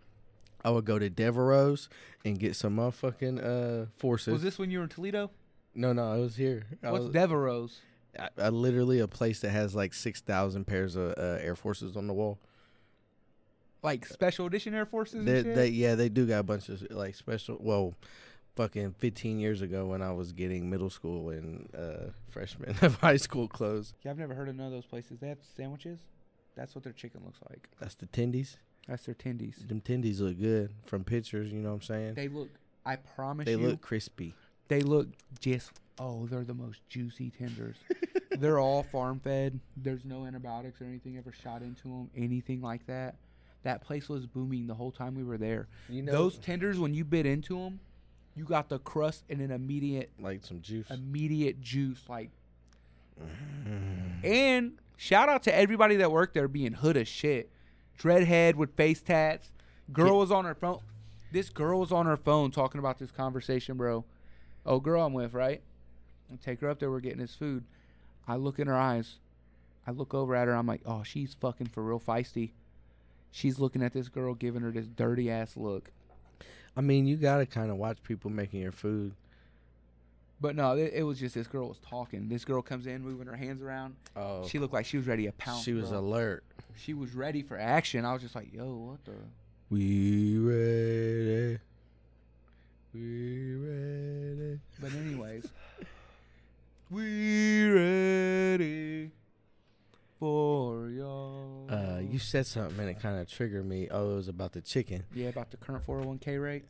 I would go to Devereaux's and get some motherfucking uh forces.
Was this when you were in Toledo?
no, no, I was here. I,
What's
was,
Devereaux's?
I, I literally a place that has like six thousand pairs of uh, Air Forces on the wall.
Like special edition Air Forces?
They,
and shit?
they, yeah, they do got a bunch of like special. Well, fucking fifteen years ago when I was getting middle school and uh, freshman of high school clothes.
yeah, I've never heard of none of those places. They have sandwiches. That's what their chicken looks like.
That's the tendies.
That's their tendies.
Them tendies look good from pictures. You know what I'm saying?
They look. I promise
they
you,
look crispy.
They look just oh, they're the most juicy tenders. they're all farm fed. There's no antibiotics or anything ever shot into them, anything like that. That place was booming the whole time we were there.
You know
Those tenders, when you bit into them, you got the crust and an immediate,
like some juice.
Um, immediate juice. Like, and shout out to everybody that worked there being hood as shit. Dreadhead with face tats. Girl was on her phone. This girl was on her phone talking about this conversation, bro. Oh, girl, I'm with, right? I take her up there. We're getting this food. I look in her eyes. I look over at her. I'm like, oh, she's fucking for real feisty. She's looking at this girl, giving her this dirty ass look.
I mean, you gotta kind of watch people making your food.
But no, it, it was just this girl was talking. This girl comes in, moving her hands around.
Oh,
She looked like she was ready to pound.
she was
bro.
alert.
she was ready for action. I was just like, yo, what the?
We ready. We ready.
But anyways, we ready for y'all.
Uh, you said something and it kind of triggered me. Oh, it was about the chicken.
yeah, about the current 401k rate.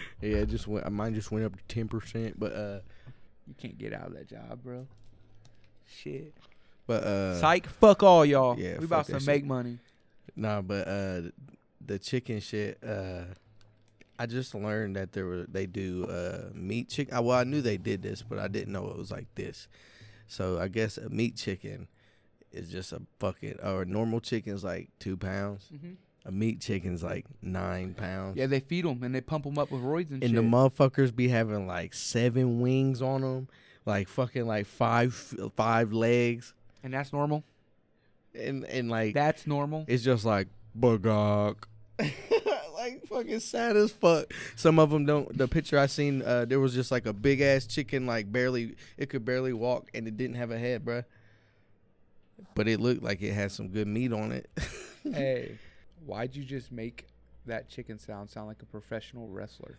yeah, it just went. Mine just went up to ten percent. But uh,
You can't get out of that job, bro. Shit.
but uh,
Psych. Fuck all y'all.
yeah,
we about
fuck that
to
shit.
make money.
Nah, but uh, the chicken shit. Uh, I just learned that there were they do uh meat chicken. Well, I knew they did this, but I didn't know it was like this. So I guess a meat chicken is just a bucket, or a normal chicken's like two pounds.
Mhm.
A meat chicken's like nine pounds.
Yeah, they feed them and they pump them up with roids and,
and
shit.
the motherfuckers be having like seven wings on them, like fucking like five five legs,
and that's normal.
and and like
That's normal.
It's just like bugog. like fucking sad as fuck. Some of them don't. The picture I seen, uh, there was just like a big ass chicken, like barely, it could barely walk, and it didn't have a head, bruh. But it looked like it had some good meat on it.
hey, why'd you just make that chicken sound sound like a professional wrestler?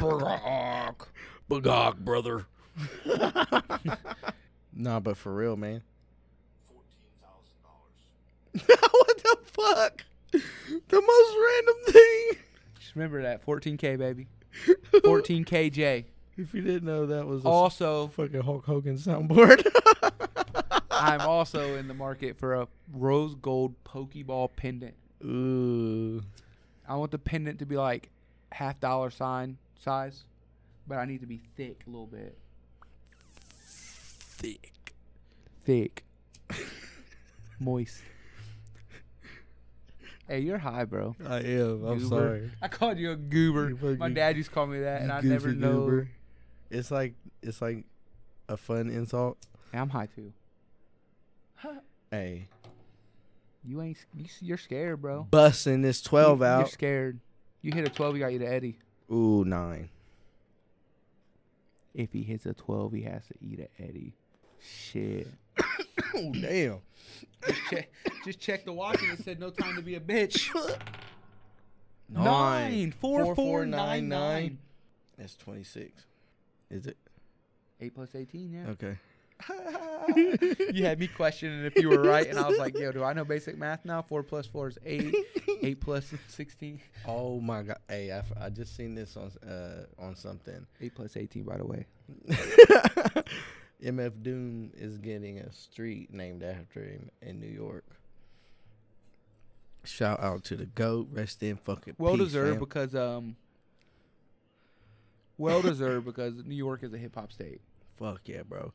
bugog, bugog, brother. Nah, but for real, man. what the fuck? The most random thing.
Just remember that 14K, baby. 14KJ.
If you didn't know, that was a
Also,
fucking Hulk Hogan soundboard.
I'm also in the market for a rose gold Pokeball pendant.
Ooh.
I want the pendant to be like half dollar sign size, but I need to be thick a little bit. Thick. Thick. Moist. Hey, you're high, bro.
I am. I'm
Goober.
sorry.
I called you a goober.
You fucking-
My dad used to call me that, and
You
I never
goofy
know.
goober. It's like it's like a fun insult.
Hey, I'm high too.
Hey,
You ain't. s- You, s- you're scared, bro.
busting this twelve
you, You're
out.
scared. You hit a twelve, he got you to Eddie.
Ooh, nine.
If he hits a twelve, he has to eat a Eddie. Shit.
Oh damn.
just, check, just checked the watch and it said no time to be a bitch.
Nine.
Four,
Four,
four,
four,
nine,
nine, nine.
nine.
That's twenty six. Is it
Eight plus eighteen, yeah.
okay?
You had me questioning if you were right, and I was like, "Yo, do I know basic math now? Four plus four is eight. eight plus sixteen.
Oh my god. Hey, I, f- I just seen this on uh on something.
Eight plus eighteen, by the way.
MF Doom is getting a street named after him in New York. Shout out to the goat. Rest in fucking
Well
peace,
deserved
fam.
because um. Well deserved because New York is a hip hop state.
Fuck yeah, bro.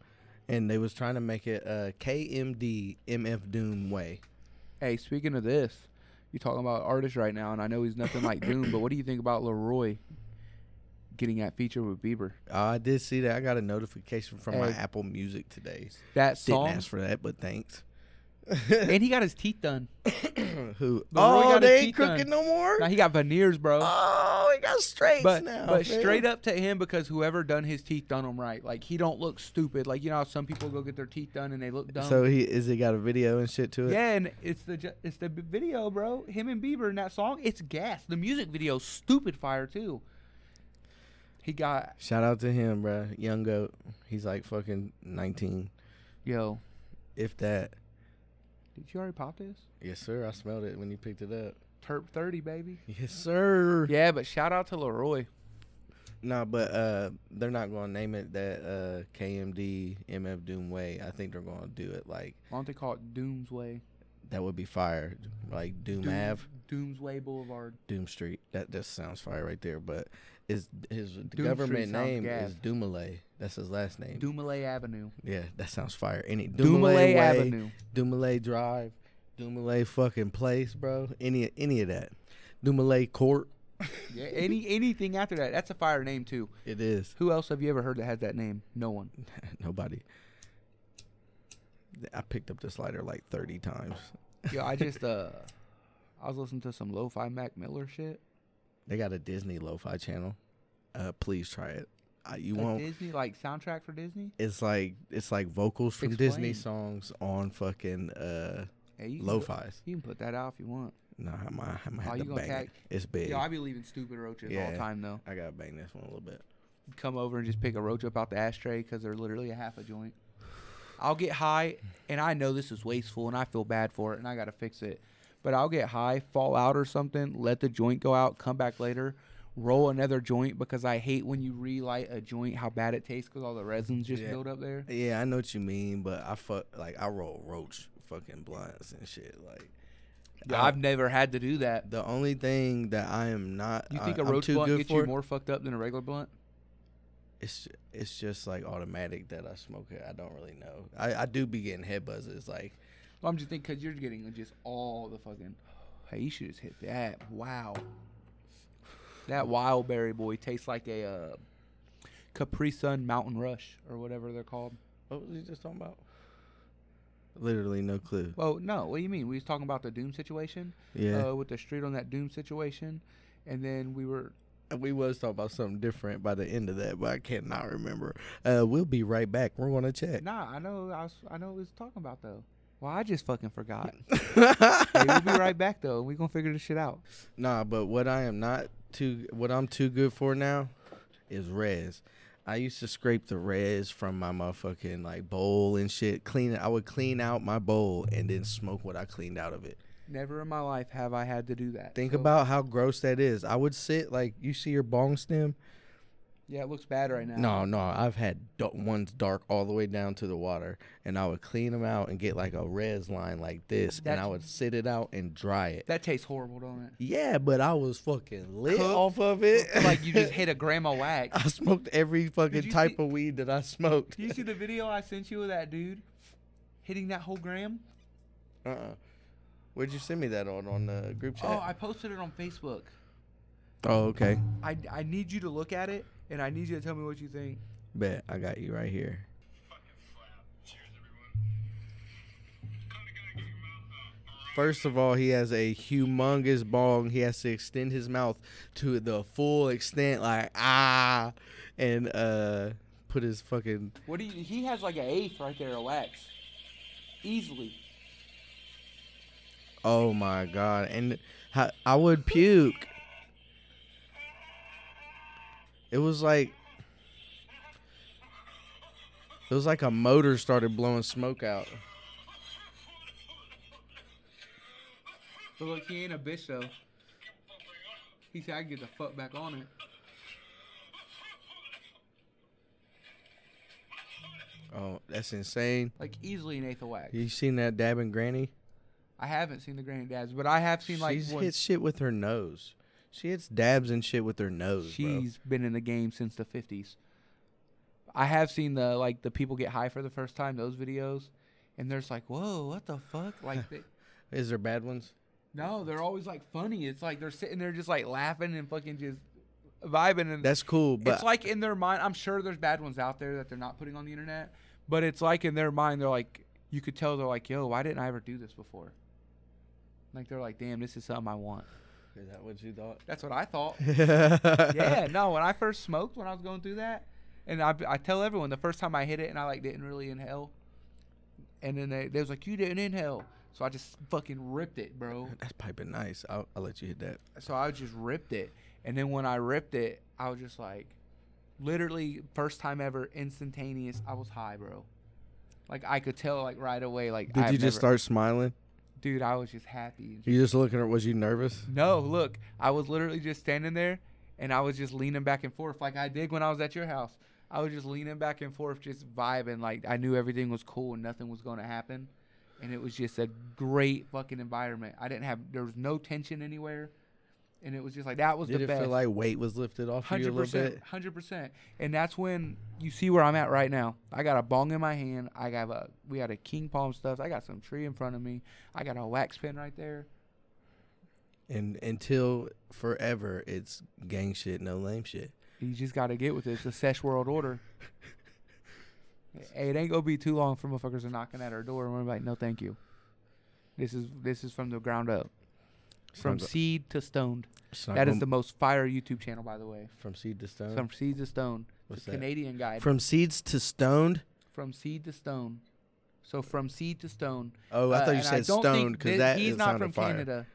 And they was trying to make it a KMD MF Doom way.
Hey, speaking of this, you're talking about artists right now, and I know he's nothing like Doom, but what do you think about Leroy getting that feature with Bieber?
Uh, I did see that. I got a notification from my
Hey.
Apple Music today.
That
Didn't
song,
ask for that, but thanks.
and he got his teeth done.
Who?
Leroy
oh,
got his
they ain't
teeth done.
crooked no more.
Now he got veneers, bro.
Oh, he got straights
but
now.
but straight up to him because whoever done his teeth done him right. Like he don't look stupid. Like you know how some people go get their teeth done and they look dumb.
So he is he got a video and shit to it?
yeah, and it's the ju- it's the b- video, bro. Him and Bieber in that song. It's gas. The music video's stupid fire too. He got
Shout out to him, bro. Young goat. He's like fucking nineteen,
yo.
if that.
Did you already pop this?
Yes, sir. I smelled it when you picked it up.
Terp thirty, baby.
Yes, sir.
Yeah, but shout out to Leroy.
No, but uh, they're not going to name it that uh, KMD MF Doom way. I think they're going to do it like
Why don't they call it Doomsway?
that would be fire, like Doom Ave,
Doomsway Boulevard.
Doom Street. That just sounds fire right there. But is his the
Street
government
sounds
name
gas.
is Dumoulin. That's his last name.
Dumoulin Avenue.
yeah, that sounds fire. Any Dumoulin,
Dumoulin
way,
Avenue.
Dumoulin Drive, Dumoulin fucking place, bro. Any any of that, Dumoulin Court.
Yeah, any anything after that. That's a fire name too.
It is.
Who else have you ever heard that has that name? No one.
Nobody. I picked up this lighter like 30 times.
Yo, I just uh I was listening to some lo-fi Mac Miller shit.
They got a Disney lo-fi channel. Uh, please try it. I, you
Like
won't.
Disney like soundtrack for Disney?
It's like it's like vocals from Disney
Explain.
songs on fucking uh
Hey, you can put-
lo-fi's.
You can put that out if you want.
No, I'm gonna- I'm gonna have
Oh,
to
you gonna
bang
tag-
it. It's big.
Yo, I be leaving stupid roaches all
Yeah.
the time though.
I gotta bang this one a little bit.
Come over and just pick a roach up out the ashtray because they're literally a half a joint. I'll get high and I know this is wasteful and I feel bad for it and I gotta fix it. But I'll get high, fall out or something, let the joint go out, come back later, roll another joint because I hate when you relight a joint how bad it tastes because all the resins just
Yeah.
build up there.
Yeah, I know what you mean, but I fuck like I roll roach fucking blunts and shit. Like
Yeah, I've never had to do that.
the only thing that I am not.
You
I-
think a
I'm
roach
too
blunt
good
gets
for
you more fucked up than a regular blunt?
it's it's just like automatic that I smoke it. I don't really know. I, I do be getting head buzzes. Like
Well, I'm just thinking because you're getting just all the fucking. Hey, you should just hit that. Wow. That wild berry boy tastes like a uh, Capri Sun Mountain Rush or whatever they're called.
what was he just talking about? Literally no clue.
Oh no, what do you mean? We was talking about the Doom situation.
Yeah.
Uh, with the street on that Doom situation, and then we were
Uh, we was talking about something different by the end of that, but I cannot remember. Uh, we'll be right back. We're gonna check.
Nah, I know. I, was, I know. What we was talking about though. Well, I just fucking forgot. hey, we'll be right back though. We gonna figure this shit out.
Nah, but what I am not too what I'm too good for now is res. I used to scrape the res from my motherfucking like bowl and shit. Clean it. I would clean out my bowl and then smoke what I cleaned out of it.
Never in my life have I had to do that.
Think
So-
about how gross that is. I would sit like you see your bong stem.
Yeah, it looks bad right now.
No, no, I've had d- ones dark all the way down to the water, and I would clean them out and get like a res line like this, and I
That's-
would sit it out and dry it.
That tastes horrible, don't it?
Yeah, but I was fucking lit
Cooked.
off of it.
like you just hit a grandma whack.
I smoked every fucking
you
type
see-
of weed that I smoked.
Do you see the video I sent you of that dude hitting that whole gram?
Uh-uh. Where'd you send me that on on the group chat?
Oh, I posted it on Facebook.
oh okay.
I, I need you to look at it and I need you to tell me what you think.
Bet I got you right here. First of all, he has a humongous bong. He has to extend his mouth to the full extent, like ah, and uh, put his fucking
What do you? He has like an eighth right there, a wax, easily.
oh my god, and how, I would puke. It was like it was like a motor started blowing smoke out.
But look, he ain't a bitch though. He said I can get the fuck back on it.
Oh, that's insane.
Like easily an eighth of wax.
You seen that dabbing granny?
I haven't seen the granddads, but I have seen like
She's
one.
hits shit with her nose. She hits dabs and shit with her nose, bro.
She's been in the game since the fifties. I have seen the like the people get high for the first time those videos, and there's like, whoa, what the fuck? Like, they,
Is there bad ones?
no, they're always like funny. It's like they're sitting there just like laughing and fucking just vibing and
That's cool, but
it's like in their mind. I'm sure there's bad ones out there that they're not putting on the internet, but it's like in their mind, they're like, you could tell they're like, yo, why didn't I ever do this before? Like they're like, damn, this is something I want.
is that what you thought?
That's what I thought.
yeah.
yeah, no. When I first smoked, when I was going through that, and I, I tell everyone the first time I hit it, and I like didn't really inhale, and then they, they was like, you didn't inhale, so I just fucking ripped it, bro.
That's piping nice. I'll, I'll let you hit that.
So I just ripped it, and then when I ripped it, I was just like, literally first time ever, instantaneous. I was high, bro. Like I could tell, like right away, like
Did
I've
you just
never-
start smiling?
dude? I was just happy. and
You just looking at? Was you nervous?
No, look, I was literally just standing there and I was just leaning back and forth like I did when I was at your house. I was just leaning back and forth, just vibing. Like I knew everything was cool and nothing was going to happen. And it was just a great fucking environment. I didn't have, there was no tension anywhere. And it was just like, that was
Did
the
it
best.
feel like weight was lifted off you a little bit?
100%. And that's when you see where I'm at right now. I got a bong in my hand. I got a, we got a King Palm stuff. I got some tree in front of me. I got a wax pen right there.
And until forever, it's gang shit, no lame shit.
You just got to get with it. It's a sesh world order. hey, it ain't gonna be too long for motherfuckers are knocking at our door and we're like, no, thank you. This is this is from the ground up, from
Sounds-
seed to stoned.
It's not
That is
gonna-
the most fire YouTube channel, by the way.
from seed to stone.
From seed to stone.
What's
It's a
that?
Canadian guy. From,
from seeds to stoned.
seed to stone. So from seed to stone.
Oh, I
Uh,
thought you
and I
said
don't think
stoned because
thi-
that
he's
is
not
sounded
from
fire.
Canada.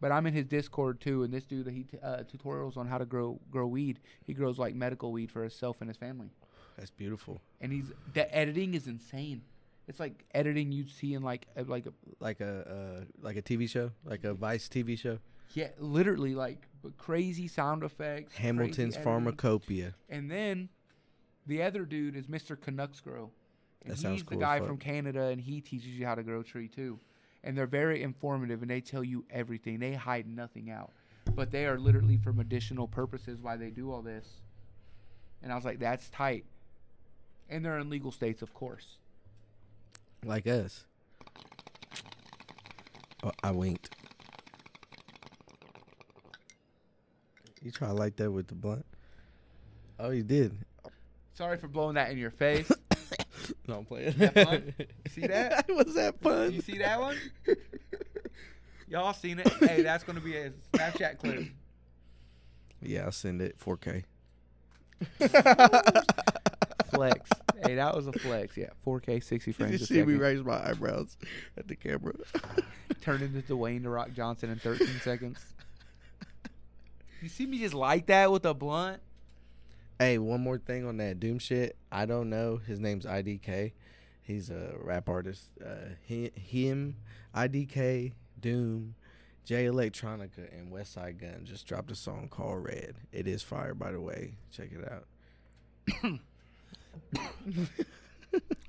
But I'm in his Discord too, and this dude he t- uh, tutorials on how to grow grow weed. He grows like medical weed for himself and his family.
That's beautiful.
and he's the editing is insane. It's like editing you'd see in like a, like a,
Like a uh, like a TV show, like a Vice TV show.
yeah, literally like b- crazy sound effects. crazy
Hamilton's
editing.
Pharmacopoeia.
And then the other dude is Mr. Canucks Grow. And
That sounds
he's
cool
the
as
guy
fuck.
from Canada and he teaches you how to grow a tree too. And they're very informative and they tell you everything. They hide nothing out. But they are literally for medicinal purposes why they do all this. And I was like, that's tight. And they're in legal states, of course.
like us. Oh, I winked. You try to like that with the blunt? Oh, you did.
Sorry for blowing that in your face.
No, I'm playing.
That pun? See that?
Was that fun?
You see that one? Y'all seen it? Hey, that's gonna be a Snapchat clip.
Yeah, I'll send it 4K.
Flex. Hey, that was a flex. Yeah, 4K, 60
Did
frames
you
a
see me
second.
raise my eyebrows at the camera?
Turned into Dwayne the Rock Johnson in 13 seconds. You see me just like that with a blunt?
Hey, one more thing on that Doom shit. I don't know. His name's IDK. He's a rap artist. Uh, he, him, IDK, Doom, J Electronica, and West Side Gun just dropped a song called Red. It is fire, by the way. Check it out.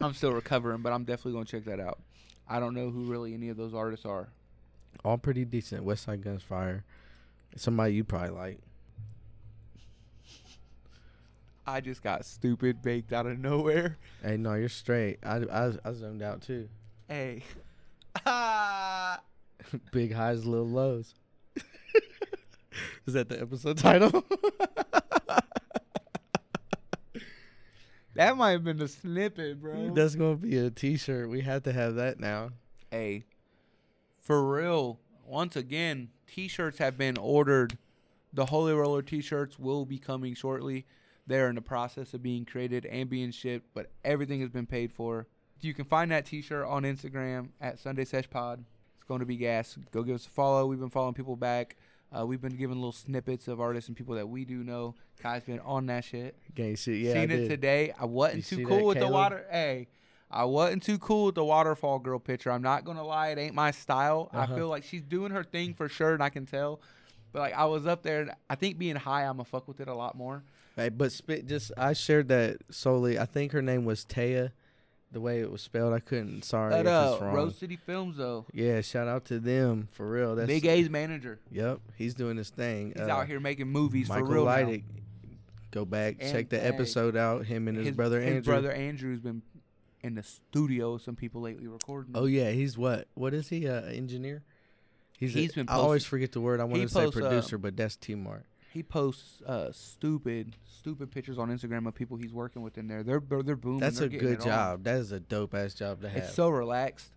I'm still recovering, but I'm definitely gonna check that out. I don't know who really any of those artists are.
All pretty decent. West Side Gun's fire. Somebody you probably like.
I just got stupid baked out of nowhere.
Hey, no, you're straight. I, I, I zoned out too.
Hey. Ah.
Big highs, little lows. Is that the episode title?
That might have been a snippet, bro.
That's gonna be a T-shirt. We have to have that now.
hey, for real, once again, t-shirts have been ordered. The Holy Roller t-shirts will be coming shortly. They're in the process of being created and being shipped, but everything has been paid for. You can find that t-shirt on Instagram at Sunday Sesh Pod. It's going to be gas. Go give us a follow. We've been following people back. Uh, we've been giving little snippets of artists and people that we do know. Kai's been on that shit
Gang shit. Yeah,
seen
I
it
did.
today. I
You
wasn't
see
too
that,
cool with
Caleb?
the water. Hey, I wasn't too cool with the waterfall girl picture. I'm not gonna lie, it ain't my style.
Uh-huh.
I feel like she's doing her thing for sure, and I can tell. But like I was up there, and I think being high, I'ma fuck with it a lot more.
Hey, but spit just I shared that solely. I think her name was Taya. The way it was spelled, I couldn't. Sorry
But
if
uh,
it's wrong.
Rose City Films though,
Yeah, shout out to them for real. That's
Big A's manager,
Yep, he's doing his thing.
he's
Uh,
out here making movies
Michael
for real. now.
Leidig. Go back,
And
check the
hey,
episode out. Him and his, brother
his
Andrew.
brother Andrew's been in the studio with some people lately recording.
Oh yeah, he's what? What is he? Uh, engineer. He's,
He's
a,
been
I always
posting-
forget the word. I want
he
to say
posts, uh,
producer, but that's T Mark.
He posts uh, stupid, stupid pictures on Instagram of people he's working with in there. They're they're booming.
That's
They're
a
getting
good
it on.
job. That is a dope ass job to have.
It's so relaxed.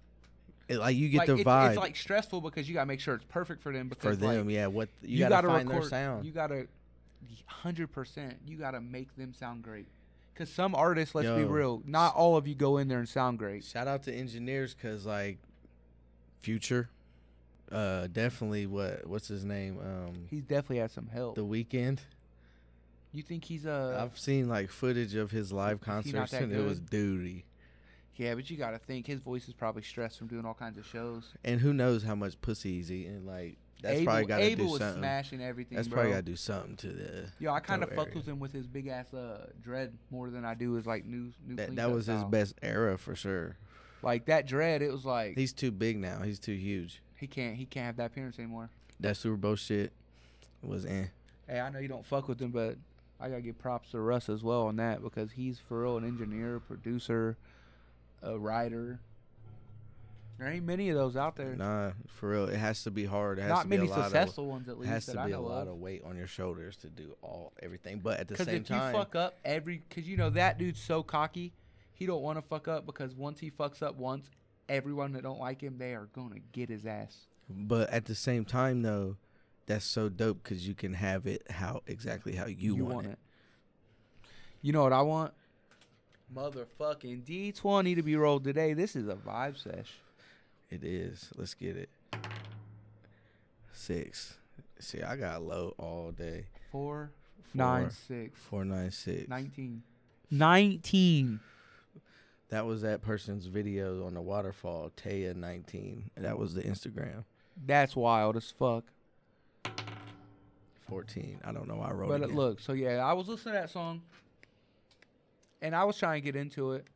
It- like you get
like,
the
it's,
vibe
It's like stressful because you gotta make sure it's perfect for them.
for
Because
them.
like,
yeah, what you, gotta, find
record,
their sound.
You gotta, hundred percent. You gotta make them sound great. Because some artists, let's be
Yo.
real, not all of you go in there and sound great.
Shout out to engineers because like future, uh, definitely what what's his name? Um,
He's definitely had some help.
the weekend.
You think he's uh,
I've seen like footage of his live
Is he not
concerts
that
and it was duty.
yeah, but you gotta think his voice is probably stressed from doing all kinds of shows.
And who knows how much pussy he's eating? Like that's
Abel,
probably got to
Abel
do
was
something.
smashing everything.
That's
bro.
probably got to do something to the.
Yo, I kind of
throat
fucked
area.
with him with his big ass uh dread more than I do his like new new.
That,
clean
that
cut
was his
style.
best era for sure.
Like that dread, it was like
He's too big now. He's too huge.
he can't he can't have that appearance anymore.
That Super Bowl shit was in.
Hey, I know you don't fuck with him, but I gotta give props to Russ as well on that because he's for real an engineer, producer, a writer. There ain't many of those out there.
Nah, for real. It has to be hard. It has to
Mm. Not
be
many
a lot
successful ones at
Of, it
least.
has to
that
be
I
a
know
lot
of.
of weight on your shoulders to do all everything. But at the
Because
same
if
time,
you fuck up every, because you know that dude's so cocky, he don't want to fuck up because once he fucks up once, everyone that don't like him, they are gonna get his ass.
but at the same time though, that's so dope because you can have it how exactly how you, want, it.
You know what I want? Motherfucking D twenty to be rolled today. This is a vibe sesh.
It is. Let's get it. Six. See, I got low all day.
Four, nine, six,
Four nine six.
19. 19.
That was that person's video on the waterfall, Taya nineteen. That was the Instagram.
That's wild as fuck.
Fourteen. I don't know why I wrote
But
it.
it, look, so yeah, I was listening to that song and I was trying to get into it.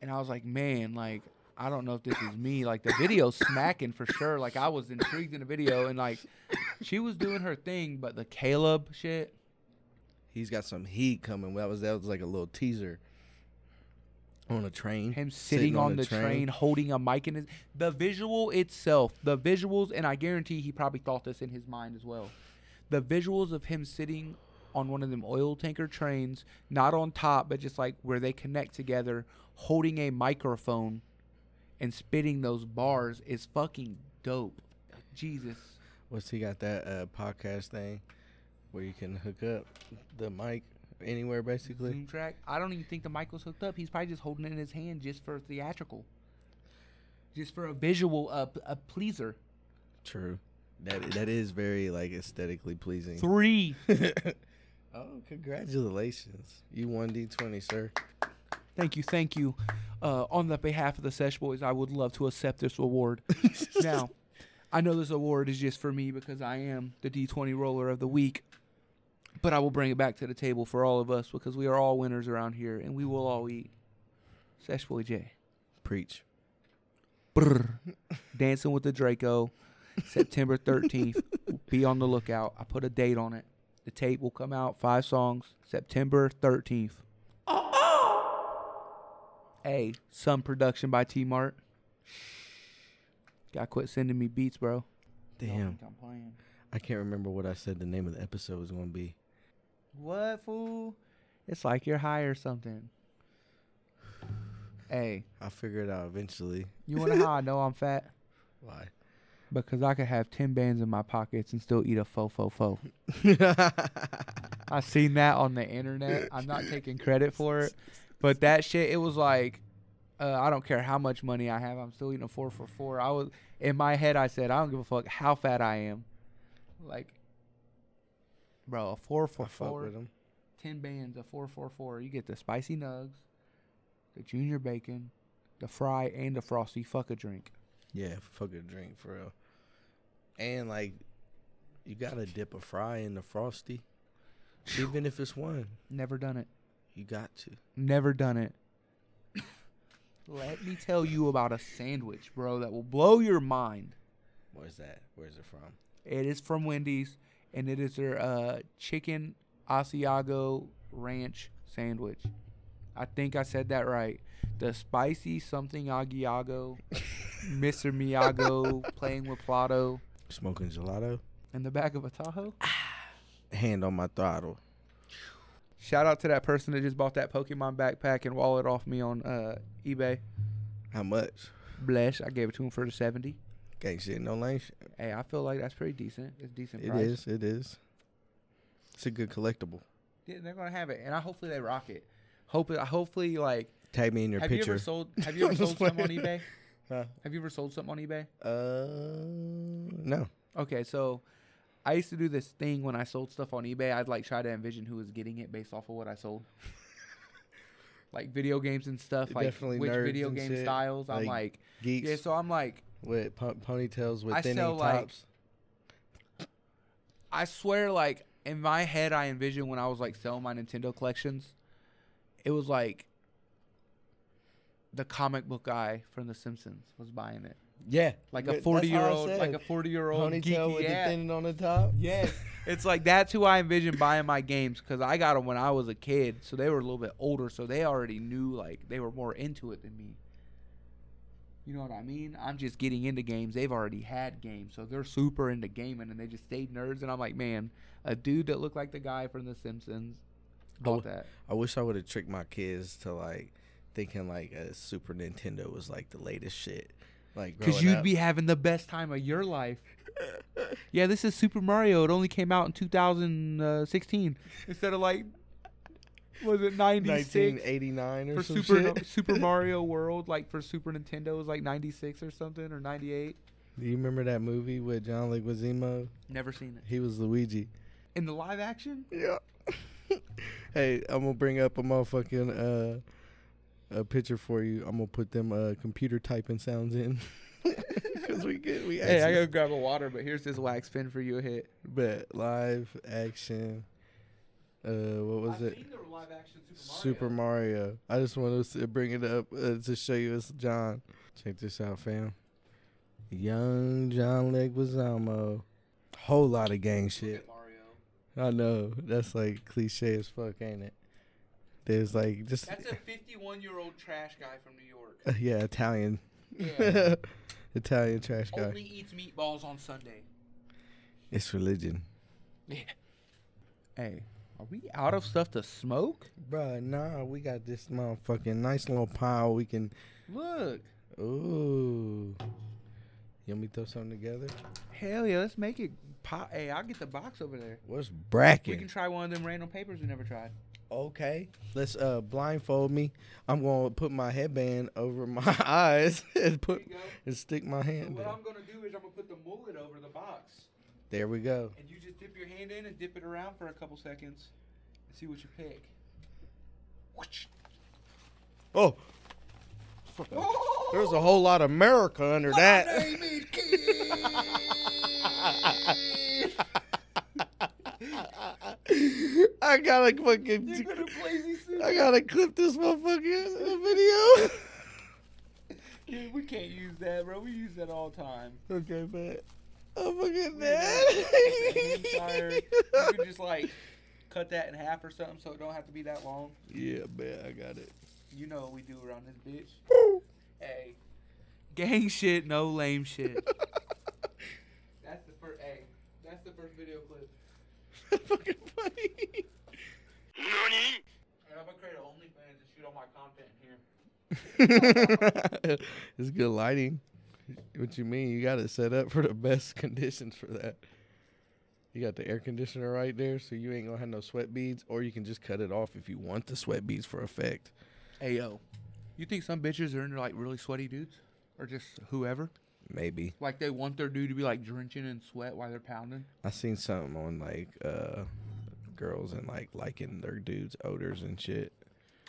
And I was like, man, like, I don't know if this is me. Like, the video's smacking for sure. Like, I was intrigued in the video and, like, she was doing her thing, but the Caleb shit,
He's got some heat coming. That was that was like a little teaser. On a train.
him sitting, on, the, train. holding a mic in his. The visual itself, the visuals, and I guarantee he probably thought this in his mind as well. The visuals of him sitting on one of them oil tanker trains, not on top, but just like where they connect together, holding a microphone and spitting those bars is fucking dope. Jesus.
What's he got that uh, podcast thing where you can hook up the mic anywhere basically?
Boom track. I don't even think the mic was hooked up. He's probably just holding it in his hand just for theatrical, just for a visual, a, a pleaser.
True. That that is very like aesthetically pleasing.
Three.
I Oh, congratulations! You won D twenty, sir.
Thank you, thank you. Uh, on the behalf of the Sesh Boys, I would love to accept this award. now, I know this award is just for me because I am the D20 roller of the week, but I will bring it back to the table for all of us because we are all winners around here and we will all eat. Sesh Boy J.
Preach.
Brr. Dancing with the Draco, September 13th. Be on the lookout. I put a date on it. The tape will come out, five songs, September 13th. Hey, some production by T Mart. Gotta quit sending me beats, bro. Y'all
Damn,
think I'm playing.
I can't remember what I said. The name of the episode was going to be.
What, fool? It's like you're high or something. Hey,
I'll figure it out eventually.
you wanna know how I know I'm fat?
Why?
Because I could have 10 bands in my pockets and still eat a fo fo fo. I seen that on the internet. I'm not taking credit for it, but that shit, it was like, uh, I don't care how much money I have, I'm still eating a four for four. I was in my head, I said, I don't give a fuck how fat I am. Like, bro, a four for
I fuck
four,
with him.
ten bands, a four for four. You get the spicy nugs, the junior bacon, the fry, and the frosty. Fuck a drink.
Yeah, fuck a drink for real. And like, you gotta dip a fry in the frosty, even if it's one.
Never done it.
You got to.
Never done it. Let me tell you about a sandwich, bro, that will blow your mind.
Where's that? Where's it from?
It is from Wendy's, and it is their uh, chicken Asiago ranch sandwich. I think I said that right. The spicy something Agiago, Mr. Miyago playing with Plato
Smoking gelato.
in the back of a Tahoe.
Hand on my throttle.
Shout out to that person that just bought that Pokemon backpack and wallet off me on uh, eBay.
How much?
Bless, I gave it to him for the seventy.
Gang shit, no lane shit.
Hey, I feel like that's pretty decent. It's decent
It
price.
is. It is. It's a good collectible.
Yeah, they're gonna have it, and I hopefully they rock it. Hope I hopefully like.
Tag me in your
have you
picture.
ever sold? Have you ever
I'm just
sold something on
playing.
eBay?
Huh?
Have you ever sold something on eBay?
uh, no.
Okay, so I used to do this thing when I sold stuff on eBay. I'd like try to envision who was getting it based off of what I sold. like video games and stuff,
They're
like
definitely
which
nerds
video
and
game
shit,
styles. I'm
like
like,
Geeks
yeah. So I'm like,
with po- ponytails with
I
thinning
sell, like-
tops.
I swear, like in my head, I envisioned when I was like selling my Nintendo collections, it was like the comic book guy from The Simpsons was buying it,
yeah,
like
but
a
that's
forty year
how I
old, like a
said.
forty year old
ponytail
geeky
with the
yeah.
thinning on the top.
Yes, it's like that's who I envision buying my games because I got them when I was a kid, so they were a little bit older, so they already knew like they were more into it than me. You know what I mean? I'm just getting into games. They've already had games, so they're super into gaming, and they just stayed nerds. And I'm like, man, a dude that looked like the guy from The Simpsons
Oh,
bought that.
I wish I would have tricked my kids to like thinking like a Super Nintendo was like the latest shit. Like
Because
growing
you'd
up.
be having the best time of your life. yeah, this is Super Mario. It only came out in 2016 instead of like, was it 96?
1989 or
for
some
Super
shit.
Super Mario World, like for Super Nintendo, it was like '96 or something or '98.
Do you remember that movie with John Leguizamo?
Never seen it
He was Luigi.
in the live action.
Yeah. hey, I'm gonna bring up a motherfucking uh, a picture for you. I'm gonna put them uh, computer typing sounds in. Cause we get we
Hey, I
actually-
gotta grab a water, but here's this wax pen for you. Hit.
but live action. Uh, what was it?
live action
Super Mario. I just want to bring it up uh, to show you it's John. Check this out, fam. Young John Leguizamo. Whole lot of gang shit.
Mario.
I know that's like cliche as fuck, ain't it? There's like just uh,
That's a 51 year old trash guy from New York.
yeah Italian,
Yeah.
Italian trash guy.
Only eats meatballs on Sunday.
It's religion,
Hey, are we out of stuff to smoke?
Bruh, Nah, we got this motherfucking nice little pile. We can
Look.
ooh. You want me to throw something together?
Hell yeah, let's make it pop. Hey, I'll get the box over there.
What's
We
bracket?
can try one of them random papers we never tried.
Okay. Let's uh blindfold me. I'm gonna put my headband over my eyes and put
There you go.
and stick my
So
hand.
what
in.
I'm gonna do is I'm gonna put the mullet over the box,
There we go.
and you just dip your hand in and dip it around for a couple seconds. See what you pick. Whoosh.
Oh, there's a whole lot of America under that. I gotta
You're gonna
fucking.
play these things?
I gotta clip this motherfucking video.
Yeah, we can't use that, bro. We use that all the time.
Okay, but I'm fucking
When you're tired,
dead.
you can just like cut that in half or something, so it don't have to be that long.
yeah, man, I got it.
You know what we do around this bitch. hey, gang shit, no lame shit. that's the first. Hey, that's the first video clip.
fucking funny.
And I'm gonna create an OnlyFans and shoot all my content here.
it's good lighting. What you mean? You got it set up for the best conditions for that. You got the air conditioner right there, so you ain't gonna have no sweat beads, or you can just cut it off if you want the sweat beads for effect.
Hey yo, you think some bitches are into like really sweaty dudes, or just whoever?
Maybe
Like they want their dude to be like drenching in sweat while they're pounding.
I seen something on like uh girls and like liking their dudes' odors and shit.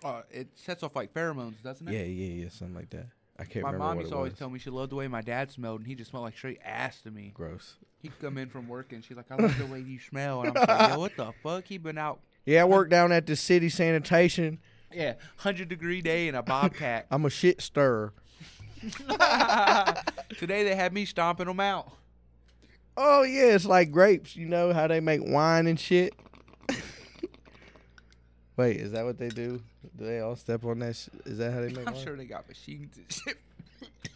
Uh, it sets off like pheromones, doesn't it?
Yeah, yeah, yeah, something like that. I can't
My
remember
mom
what
used
it
to always
was.
tell me she loved the way my dad smelled, and he just smelled like straight ass to me.
Gross.
He'd come in from work, and she's like, "I love the way you smell," and I'm like, "Yo, what the fuck? He been out,
Yeah, I work down at the city sanitation.
yeah, hundred degree day in a bobcat.
I'm a shit stirrer.
Today they had me stomping them out.
Oh yeah, it's like grapes. You know how they make wine and shit. Wait, is that what they do? Do they all step on that? Sh- is that how they make
I'm
wine?
sure they got machines and shit.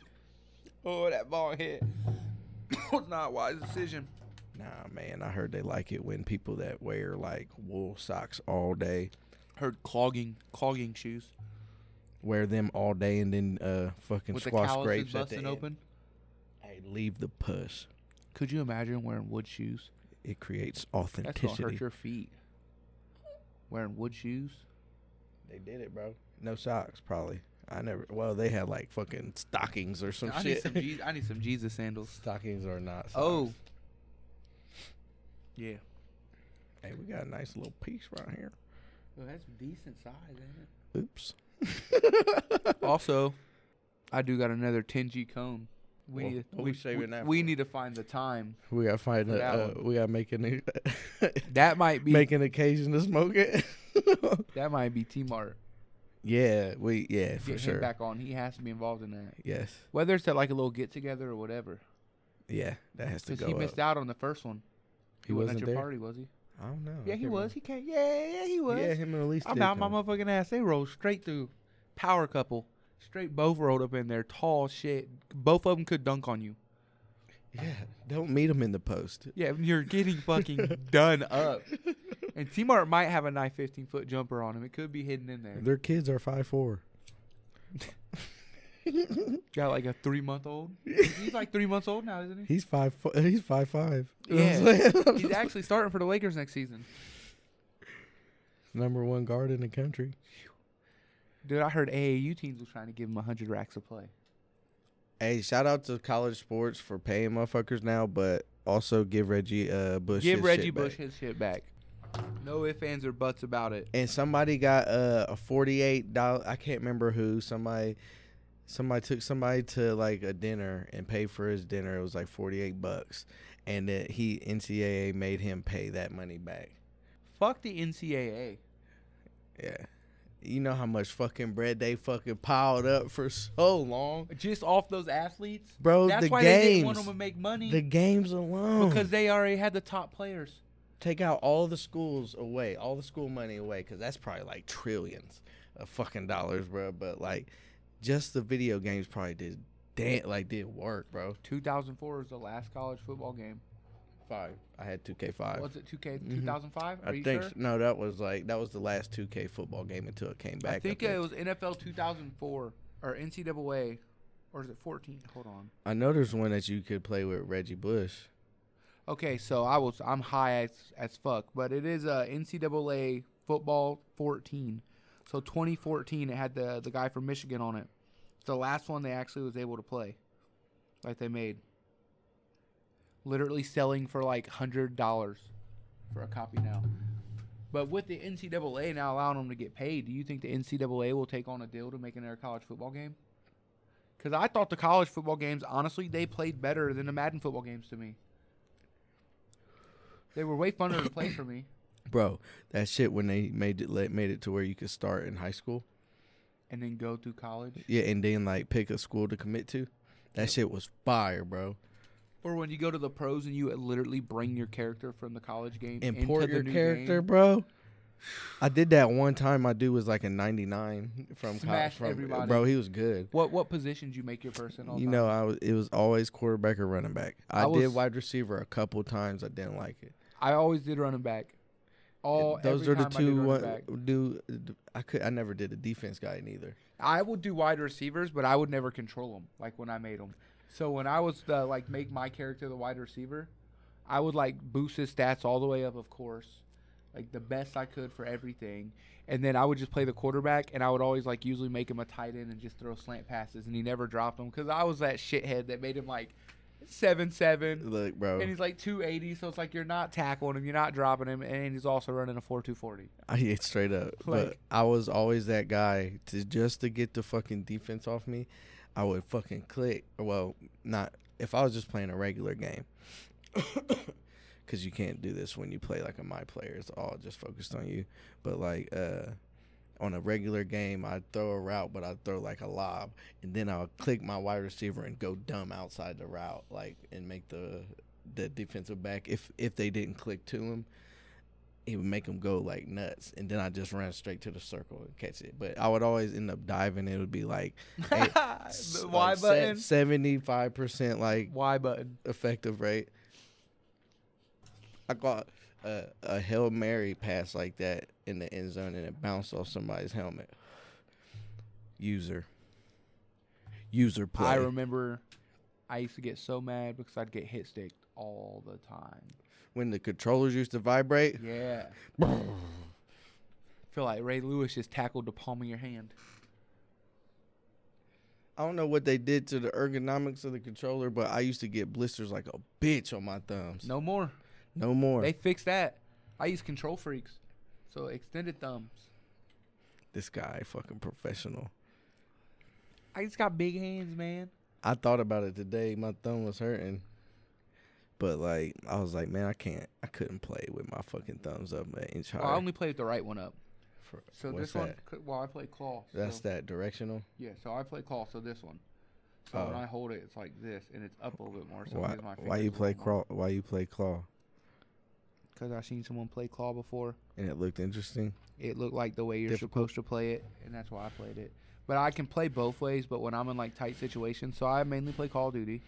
oh, that bald head was not a wise decision.
Nah, man. I heard they like it when people that wear like wool socks all day
Heard clogging, clogging shoes
wear them all day and then uh fucking
with the
squash
calluses
grapes at the
busting
end.
open.
Hey, leave the puss.
Could you imagine wearing wood shoes?
It creates
That's gonna hurt
authenticity.
your feet. Wearing wood shoes.
They did it, bro. No socks, probably. I never. Well, they had like fucking stockings or some
I need
shit.
some. Je- I need some Jesus sandals.
stockings are not. Socks.
Oh. Yeah.
hey, we got a nice little piece right here.
Well, that's decent size, ain't
Oops.
it? also, I do got another 10G cone. We
Well,
need to,
what
we,
we saving
we-
that
we
for?
need to find the time.
We gotta find a.
That
Uh, we gotta make an
That might be
make an occasion to smoke it.
that might be T Mart.
yeah, we yeah
Get
for
him
sure.
back on. He has to be involved in that.
Yes,
Whether it's at like a little get together or whatever.
yeah, that has to
Because
go.
he
up.
missed out on the first one.
He
wasn't
wasn't
at your
there? Oh,
party, was he?
I don't know. I
Yeah, he
can't
was. He came. Yeah, yeah, he was.
remember. Yeah, him and Elise.
I'm
did
out my
come.
motherfucking ass. They rolled straight through. Power couple. Straight both rolled up in there. Tall shit. Both of them could dunk on you.
Yeah, don't meet him in the post.
Yeah, you're getting fucking done up. And T Mart might have a nice 15 foot jumper on him. It could be hidden in there.
Their kids are five four.
Got like a three month old. He's like three months old now, isn't he?
He's five. Fo- he's five five.
Yeah. He's actually starting for the Lakers next season.
number one guard in the country.
Dude, I heard AAU teams was trying to give him 100 racks of play.
Hey, shout out to college sports for paying motherfuckers now, but also give Reggie uh, Bush.
Give
his
Reggie
shit
Bush
back.
his shit back. No ifs, ands, or buts about it.
And somebody got uh, a forty-eight dollar. I can't remember who. Somebody, somebody took somebody to like a dinner and paid for his dinner. It was like forty-eight bucks, and that he NCAA made him pay that money back.
Fuck the NCAA.
Yeah, you know how much fucking bread they fucking piled up for so long,
Just off those athletes,
Bro,
That's
the
why they didn't want them
games.
to make money
the games alone.
because they already had the top players.
take out all the schools away, all the school money away, because that's probably like trillions of fucking dollars, bro. But like, just the video games probably did, damn, like did work, bro.
2004 was the last college football game.
Five. I had 2K5.
Was it 2K 2005? Are
Mm-hmm. I
you
think
sure?
s- no, that was like that was the last 2K football game until it came back.
I think
I,
it was NFL 2004 or NCAA, or is it 14? Hold on.
I know there's one that you could play with Reggie Bush.
Okay, so I was I'm high as as fuck, but it is uh, NCAA football 14. So 2014, it had the the guy from Michigan on it. It's the last one they actually was able to play, like they made. Literally selling for like hundred dollars for a copy now. But with the NCAA now allowing them to get paid, do you think the NCAA will take on a deal to make another college football game? Because I thought the college football games, honestly, they played better than the Madden football games to me. They were way funner to play for me.
bro. That shit when they made it let- made it to where you could start in high school,
And then go through college.
yeah, and then like pick a school to commit to. That shit was fire, bro.
Or when you go to the pros and you literally bring your character from the college game
Import
into
your
the new
character,
game.
bro. I did that one time. My dude was like a 99 from college.
Smashed
From,
everybody.
Bro, he was good.
What what positions you make your person? All
You
time?
know, I was. It was always quarterback or running back. I,
I was-
did wide receiver a couple times. I didn't like it.
I always did running back. All
Those
Oh, every
are the
time I did
two.
running
What
back.
do I could? I never did a defense guy neither.
I would do wide receivers, but I would never control them like when I made them. So when I was the, like make my character the wide receiver, I would like boost his stats all the way up, of course, like the best I could for everything, and then I would just play the quarterback, and I would always like usually make him a tight end and just throw slant passes, and he never dropped them because I was that shithead that made him like seven seven.
Look, bro.
And he's like 280, so it's like you're not tackling him, you're not dropping him, and he's also running a 4 240.
I hit straight up. but
Like-
I was always that guy to just to get the fucking defense off me. I would fucking click. Well, not if I was just playing a regular game. Cause you can't do this when you play like a my player. It's all just focused on you. But like uh on a regular game, I'd throw a route, but I'd throw like a lob, and then I'll click my wide receiver and go dumb outside the route, like and make the the defensive back if if they didn't click to him, it would make them go like nuts, and then I just run straight to the circle and catch it. But I would always end up diving. It would be like
The Y button.
seventy five percent like
Y button.
effective rate. I got a, a Hail Mary pass like that in the end zone and it bounced off somebody's helmet. User. User play.
I remember I used to get so mad because I'd get hit sticked all the time.
when the controllers used to vibrate.
Yeah. Feel like Ray Lewis just tackled the palm of your hand.
I don't know what they did to the ergonomics of the controller, but I used to get blisters like a bitch on my thumbs.
No more.
No more.
They fixed that. I use control freaks. So extended thumbs.
this guy fucking professional.
I just got big hands, man.
I thought about it today. My thumb was hurting. But like I was like, man, I can't I couldn't play with my fucking thumbs up an inch higher.
Well, I only played the right one up.
For-
So
what's
this one,
that?
c- well, I play claw. So,
That's that directional.
Yeah, so I play claw. So this one. So when
Oh.
I hold it, it's like this, and it's up a little bit more. So
why why you play claw why you play claw?
Because I've seen someone play claw before.
And it looked interesting.
It looked like the way you're
Difficult.
supposed to play it, and that's why I played it. But I can play both ways. But when I'm in like tight situations, so I mainly play Call of Duty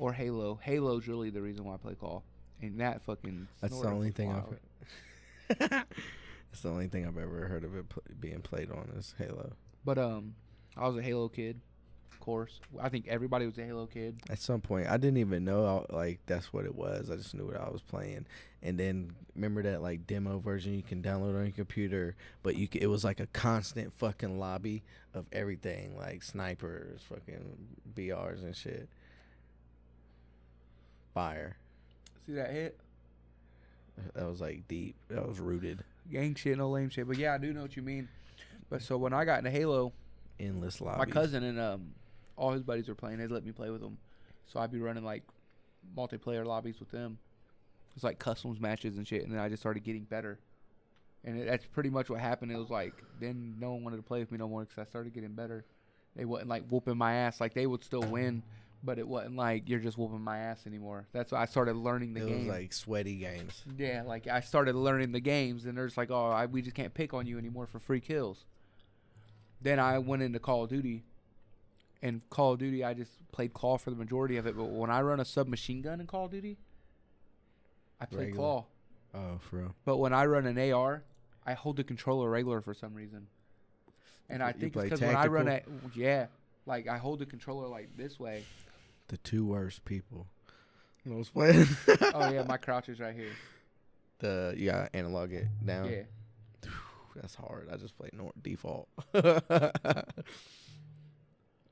or Halo. Halo's really the reason why I play Call, and that fucking
That's
snorted
the only
was
thing I've
wild.
heard. That's the only thing I've ever heard of it pl- being played on is Halo.
But um, I was a Halo kid, of course. I think everybody was a Halo kid.
At some point, I didn't even know I, like that's what it was. I just knew what I was playing. And then remember that like demo version you can download on your computer, but you c it was like a constant fucking lobby of everything, like snipers, fucking BRs and shit. Fire.
See that hit?
That was like deep. That was rooted.
Gang shit, no lame shit. But yeah, I do know what you mean. But so when I got into Halo,
Endless lobby.
my cousin and um, all his buddies were playing. They let me play with them, so I'd be running like multiplayer lobbies with them. It's like customs matches and shit, and then I just started getting better. And it, that's pretty much what happened. It was like then no one wanted to play with me no more because I started getting better. They wasn't like whooping my ass. Like they would still win, but it wasn't like you're just whooping my ass anymore. That's why I started learning the
It
game.
was like sweaty games.
Yeah, like I started learning the games, and they're just like, oh, I, we just can't pick on you anymore for free kills. Then I went into Call of Duty, and Call of Duty, I just played Claw for the majority of it. But when I run a submachine gun in Call of Duty, I play
Regular.
Claw.
Oh, for real.
But when I run an AR, I hold the controller regular for some reason. And I
You
think it's
play
because when I run it,
tactical?
yeah, like I hold the controller like this way.
The two worst people. I was playing.
oh yeah, my crouch is right here.
the you gotta analog it down.
Yeah.
That's hard. I just play nor- default.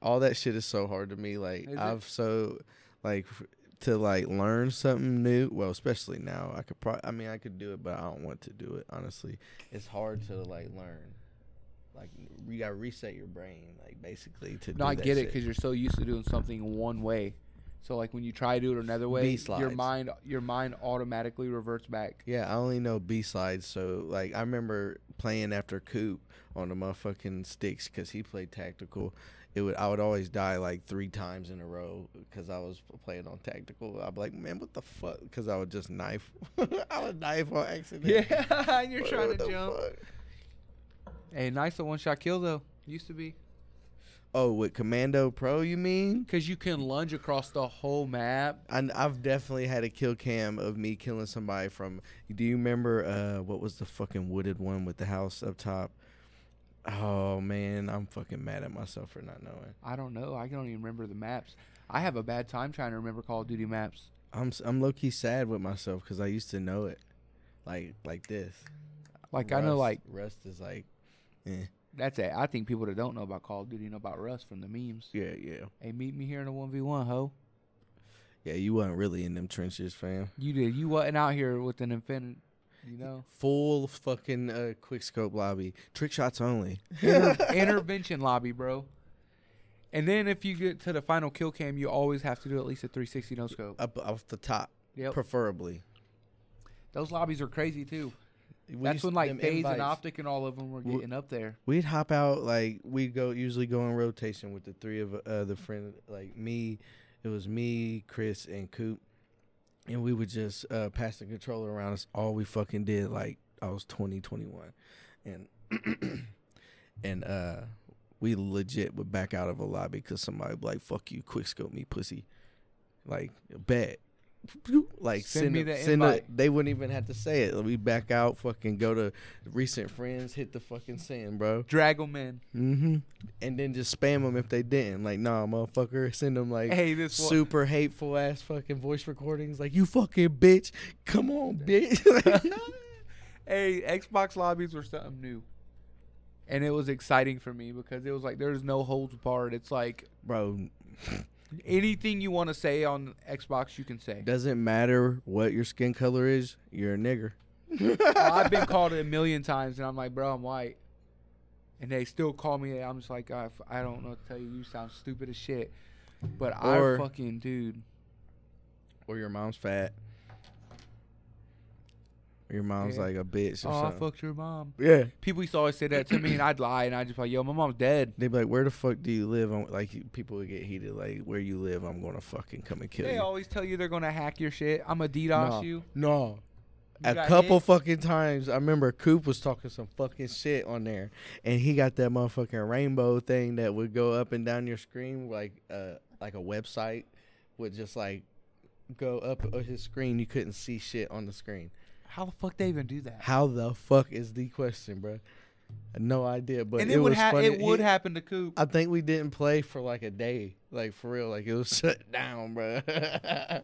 All that shit is so hard to me. Like
Is it?
I've so like f- to like learn something new. Well, especially now, I could probably. I mean, I could do it, but I don't want to do it. Honestly, it's hard to like learn. Like you gotta reset your brain, like basically to.
No, I
do that
get it
shit.
because you're so used to doing something one way. So like when you try to do it another way, your
slides.
mind your mind automatically reverts back.
Yeah, I only know B sides. So like, I remember playing after Coop on the motherfucking sticks because he played tactical. It would I would always die like three times in a row because I was playing on tactical. I'd be like, man, what the fuck? Because I would just knife. I would knife on accident.
Yeah, and you're
What-
trying
what
to
the
jump.
fuck?
Hey, nice one shot kill though. Used to be
Oh, with Commando Pro, you mean?
because you can lunge across the whole map.
I, I've definitely had a kill cam of me killing somebody from. Do you remember uh, what was the fucking wooded one with the house up top? Oh man, I'm fucking mad at myself for not knowing.
I don't know. I don't even remember the maps. I have a bad time trying to remember Call of Duty maps.
I'm s- I'm low key sad with myself because I used to know it, like like this.
Like I know
Rust-
like
rust is like,
that's it. I think people that don't know about Call of Duty know about Rust from the memes.
yeah, yeah,
Hey, meet me here in a one v one, ho.
yeah. You wasn't really in them trenches, fam.
You did. You wasn't out here with an infinite. You know,
Full fucking uh, quick scope lobby, trick shots only.
Inter- intervention lobby, bro. And then if you get to the final kill cam, you always have to do at least a 360 no scope.
up off the top,
Yep.
preferably.
Those lobbies are crazy too.
We
That's
used-
when like
them
phase and
invites.
optic and all of them were
W-
getting up there.
We'd hop out like we'd go usually go in rotation with the three of uh, the friend like me, it was me, Chris, and Coop, and we would just uh, pass the controller around. That's all we fucking did. Like I was 20, 21. and and uh, we legit would back out of a lobby because somebody would be like fuck you, quick scope me, pussy, like bet. Like
Send
send,
me
a-
the
send a-
invite.
they wouldn't even have to say it. We back out, fucking go to recent friends, hit the fucking sand, bro.
Drag them in.
Mm-hmm. And then just spam them if they didn't. Like, nah, motherfucker, send them like
Hey, this one.
super hateful ass fucking voice recordings. Like, you fucking bitch. Come on, bitch.
hey, Xbox lobbies were something new. And it was exciting for me because it was like there's no holds barred. It's like
Bro,
anything you want to say on Xbox, you can say.
doesn't matter what your skin color is, you're a nigger.
I've been called it a million times, and I'm like, bro, I'm white. And they still call me. that. I'm just like, I, I don't know what to tell you. You sound stupid as shit. But
Or-
I fucking dude.
Or your mom's fat. Or your mom's
Yeah.
like a bitch or
Oh, I
something.
fucked your mom.
yeah.
People used to always say that to me, and I'd lie, and I'd just be like, yo, my mom's dead.
They'd be like, where the fuck do you live? I'm, like, you- people would get heated. Like, where you live, I'm going to fucking come and kill
They
you.
always tell you they're gonna hack your shit. I'm a DDoS
No.
you.
No.
You
a
got
couple
hit?
fucking times, I remember Coop was talking some fucking shit on there, and he got that motherfucking rainbow thing that would go up and down your screen like uh like a website would just like go up on his screen. You couldn't see shit on the screen.
How the fuck they even do that?
How the fuck is the question, bro? No idea, but
and
it,
it, would
was
ha-
funny.
it would
He-
happen to Coop.
I think we didn't play for like a day, like for real, like it was shut down, bro.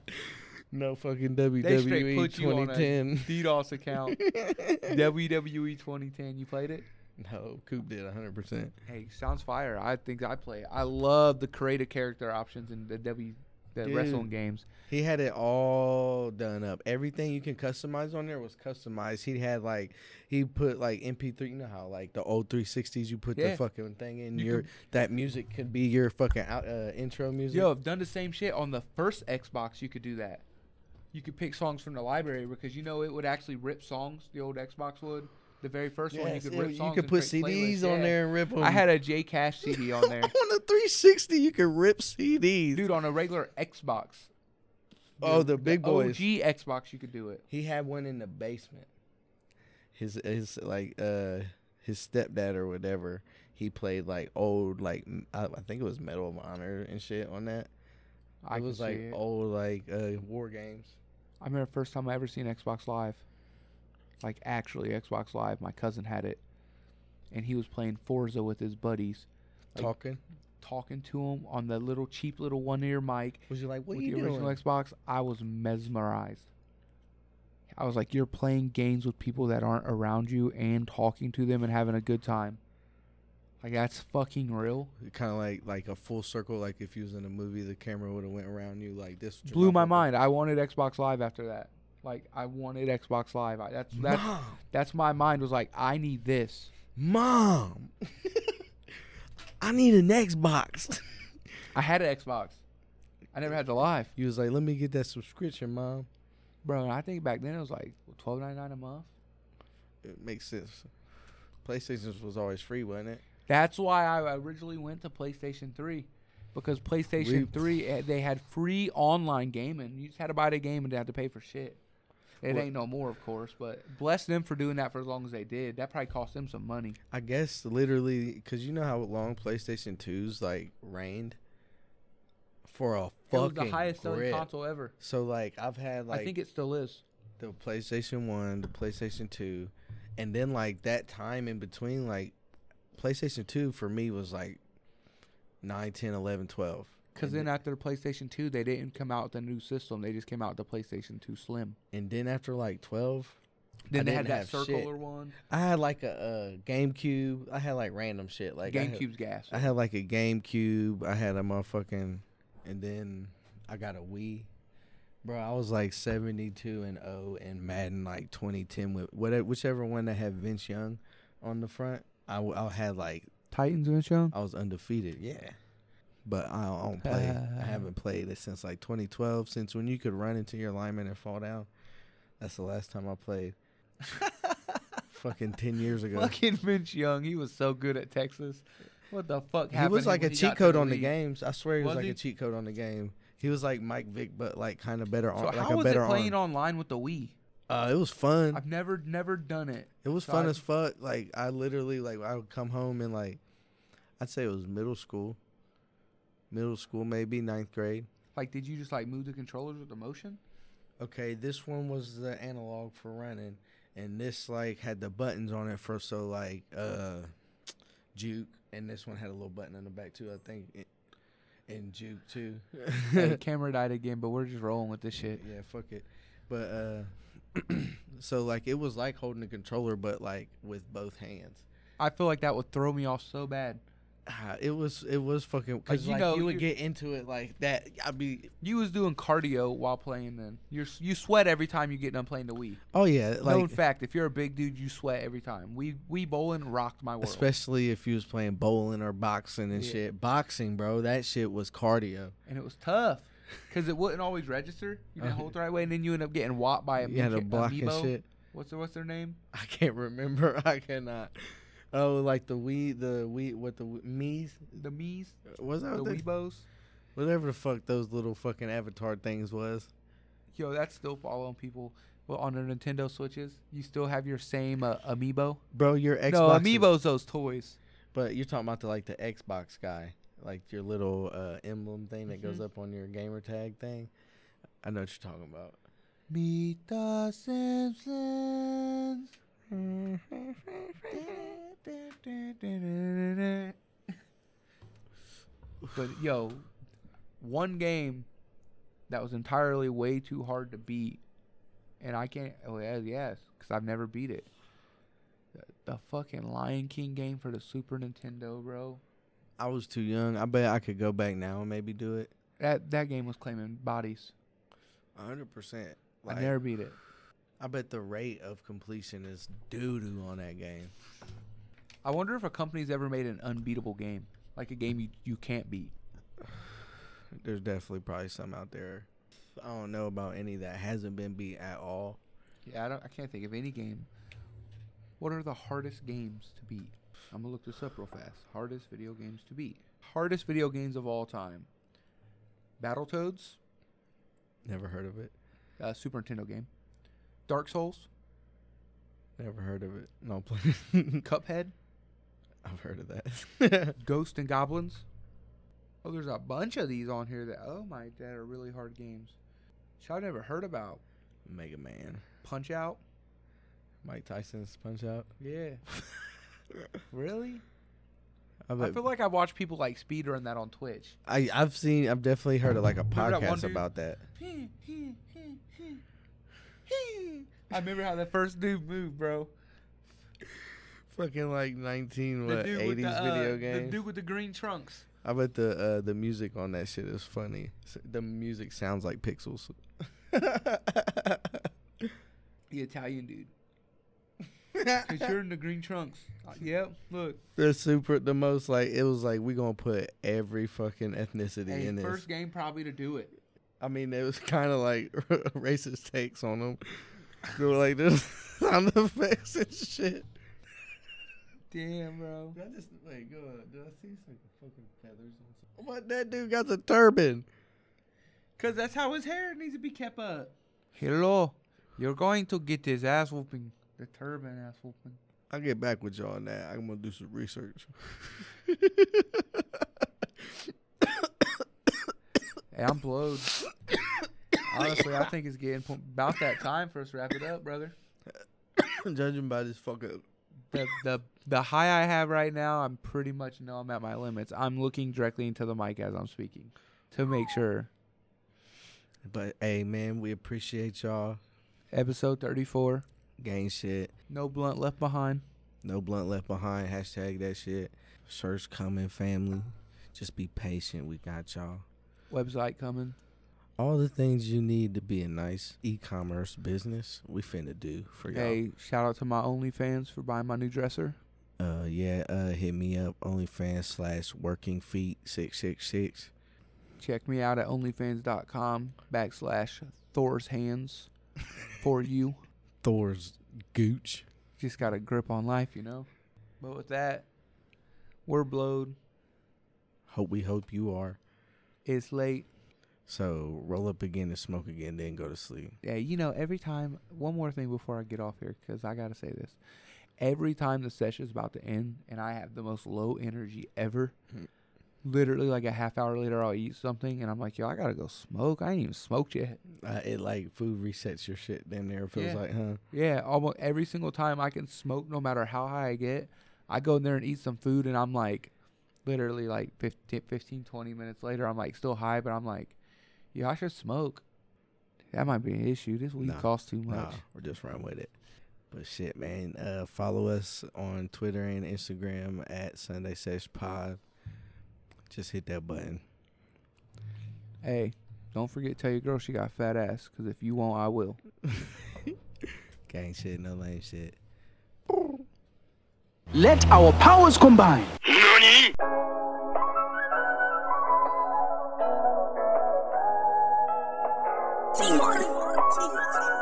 no fucking E
They straight
WWE
put you on a
2010.
DDoS account. WWE 2010. You played it?
No, Coop did 100%.
Hey, sounds fire. I think I play. it. I love the creative character options in the W the
Dude.
wrestling games.
He had it all done up. Everything you can customize on there was customized. He had like he put like MP3, you know how like the old 360s you put
Yeah.
the fucking thing in
You
your that music could be your fucking out, uh, intro music.
Yo, I've done the same shit on the first Xbox. You could do that. You could pick songs from the library because you know it would actually rip songs. The old Xbox would. The very first one, you
Yes,
could
it-
rip songs. and
put
create
CDs
playlists,
on
yeah.
there and rip them.
I had a J Cash CD on there,
on the 360 you could rip CDs.
dude. On a regular Xbox.
oh, the big boys.
OG Xbox, you could do it.
He had one in the basement. His his like uh his stepdad or whatever. He played like old like m- I, I think it was Medal of Honor and shit on that.
I
it
can
was
see
like
it.
old like uh war games.
I remember the first time I ever seen Xbox Live. Like actually Xbox Live. My cousin had it. And he was playing Forza with his buddies, Like-
Talking.
talking to him on the little cheap little one ear mic
Was you like what
with
you
the
doing?
original Xbox. I was mesmerized. I was like, You're playing games with people that aren't around you and talking to them and having a good time. Like that's fucking real.
Kind of like like a full circle. Like if you was in a movie, the camera would have went around you like this.
Blew my mind. I wanted Xbox Live after that. Like I wanted Xbox Live. I, that's that's
Mom,
that's my mind was like I need this.
mom, I need an Xbox.
I had an Xbox. I never had the Live,
you was like, let me get that subscription, mom.
bro. I think back then it was like twelve ninety nine a month.
It makes sense. PlayStation was always free, wasn't it?
That's why I originally went to PlayStation 3 because PlayStation
We-
3 eh, they had free online gaming. You just had to buy the game and didn't have to pay for shit. It
Well-
ain't no more, of course, but bless them for doing that for as long as they did. That probably cost them some money.
I guess literally because you know how long PlayStation 2's like reigned for a
It
fucking
was the highest selling
grip.
console ever.
So like I've had like
I think it still is.
the PlayStation One, the PlayStation Two, and then like that time in between, like PlayStation Two for me was like 9, 10, 11, 12.
Because
And
then after the PlayStation 2, they didn't come out with a new system. They just came out with the PlayStation 2 Slim.
and then after like twelve,
Then they
didn't
had that
have shit.
circular one.
I had like a, a GameCube. I had like random shit like I had-
GameCube's gas.
I had like a GameCube. I had a motherfucking, and then I got a Wii. Bro, I was like seventy-two and zero in Madden like twenty ten with whatever whichever one that had Vince Young on the front. I, w- I had like
Titans in the show?
I was undefeated. Yeah, but I don't, I don't play. I haven't played it since like twenty twelve. Since when you could run into your lineman and fall down. That's the last time I played. Fucking ten years ago.
Fucking Vince Young. He was so good at Texas. What the fuck
He
happened?
was like a
when he got
cheat
to
code on the
league?
games. I swear he was,
Was
like
he?
a cheat code on the game. He was like Mike Vick, but like kind of better
So
on, like
how
a
was it
better
playing
arm.
online with the Wii?
uh, it was fun.
I've never, never done it.
it was
so
fun
I-
as fuck. Like I literally like I would come home and like I'd say it was middle school, middle school maybe ninth grade.
Like, did you just like move the controllers with the motion?
Okay, this one was the analog for running, and this like had the buttons on it for so like uh juke, and this one had a little button in the back too. I think, and, and juke too.
hey, camera died again, but we're just rolling with this shit.
Yeah, fuck it. But uh so like it was like holding a controller but like with both hands.
I feel like that would throw me off so bad.
Ah, It was it was fucking
Like,
cuz
you
like,
know,
you would
you-
get into it like that. I'd be
You was doing cardio while playing. Then you you sweat every time you get done playing the Wii.
Oh yeah,
Known
like
fact, if you're a big dude, you sweat every time. We we bowling rocked my world.
especially if you was playing bowling or boxing and
Yeah.
shit. Boxing, bro, that shit was cardio.
and it was tough because it wouldn't always register. You didn't hold the right way, and then you end up getting whopped by a
Uh-huh. You had
mecha-
to block and
amiibo.
shit.
What's their, what's their name?
I can't remember. I cannot. Oh, like the Wii, the Wii, what the Wii- Mii's?
The Mii's,
Was
the
that what they-
Weebos.
whatever the fuck those little fucking avatar things was?
Yo, that's still following people. Well, on their Nintendo Switches, you still have your same uh, amiibo.
Bro, your Xbox
No, amiibos those toys.
But you're talking about the like the Xbox guy, like your little uh, emblem thing that goes up on your gamer tag thing. I know what you're talking about.
Meet the Simpsons.
Mm-hmm.
but yo, one game that was entirely way too hard to beat, and I can't. Oh yeah, yes, because I've never beat it. The, the fucking Lion King game for the Super Nintendo, bro.
I was too young. I bet I could go back now and maybe do it.
That that game was claiming bodies.
100. percent
I never beat it.
I bet the rate of completion is doo doo on that game.
I wonder if a company's ever made an unbeatable game, like a game you, you can't beat.
There's definitely probably some out there. I don't know about any that hasn't been beat at all.
Yeah, I don't. I can't think of any game. What are the hardest games to beat? I'm gonna look this up real fast. Hardest video games to beat. Hardest video games of all time. Battletoads,
Never heard of it.
uh, Super Nintendo game. Dark Souls,
Never heard of it. No play.
Cuphead,
I've heard of that.
Ghost and Goblins. Oh, there's a bunch of these on here that oh my that are really hard games. Which I've never heard about.
Mega Man.
Punch Out.
Mike Tyson's Punch Out.
Yeah. really?
I,
I
bet
feel like I watch people like speedrun that on Twitch.
I I've seen I've definitely heard of like a
Remember that one
podcast
dude?
about that.
I remember how that first dude moved, bro.
fucking like nineteen
The
what
dude
eighties
with the, uh,
video
The
games.
dude with the green trunks.
I bet the uh, the music on that shit is funny. S- The music sounds like pixels.
The Italian dude. Cause you're in the green trunks. Uh, yep. Look.
the super the most like it was like we gonna put every fucking ethnicity
Hey,
in this.
first game probably to do it.
I mean, it was kind of like racist takes on them. They were like this sound effects and shit.
Damn, bro.
I just wait. Go. Did I see some fucking feathers on? What Oh that dude got a turban?
Cause that's how his hair needs to be kept up. Hello. You're going to get this ass whooping. The turban ass whooping.
I'll get back with y'all on that. I'm gonna do some research.
Hey, I'm blowed. Honestly, I think it's getting po- about that time for us to wrap it up, brother.
Judging by this fucking
The the the high I have right now, I'm pretty much know I'm at my limits. I'm looking directly into the mic as I'm speaking to make sure.
But hey, man, we appreciate y'all.
Episode 34.
Gang shit.
No blunt left behind.
No blunt left behind. Hashtag that shit. Search coming, family. Just be patient. We got y'all.
Website coming.
All the things you need to be a nice e-commerce business, we finna do for y'all.
Hey, shout out to my OnlyFans for buying my new dresser.
Uh, yeah. Uh, hit me up. OnlyFans slash Working Feet six six six.
Check me out at OnlyFans.com backslash Thor's Hands for you.
Thor's gooch.
Just got a grip on life, you know. But with that, we're blowed.
Hope we hope you are.
It's late.
So roll up again and smoke again, then go to sleep.
Yeah, you know, every time, one more thing before I get off here, because I got to say this. Every time the session is about to end and I have the most low energy ever, literally like a half hour later, I'll eat something and I'm like, yo, I got to go smoke. I ain't even smoked yet.
Uh, it like food resets your shit. Damn near it feels
Yeah.
like, huh?
Yeah, almost every single time I can smoke, no matter how high I get, I go in there and eat some food and I'm like, literally like 15, 15 20 minutes later, I'm like still high, but I'm like, yo, I should smoke. That might be an issue. This weed
Nah,
costs too much.
Nah, we're just run with it. But shit, man. Uh, follow us on Twitter and Instagram at Sunday Sesh Pod. Just hit that button.
Hey, don't forget to tell your girl she got fat ass. Cause if you won't, I will.
Gang shit, no lame shit.
Let our powers combine.
Teamwork. Teamwork.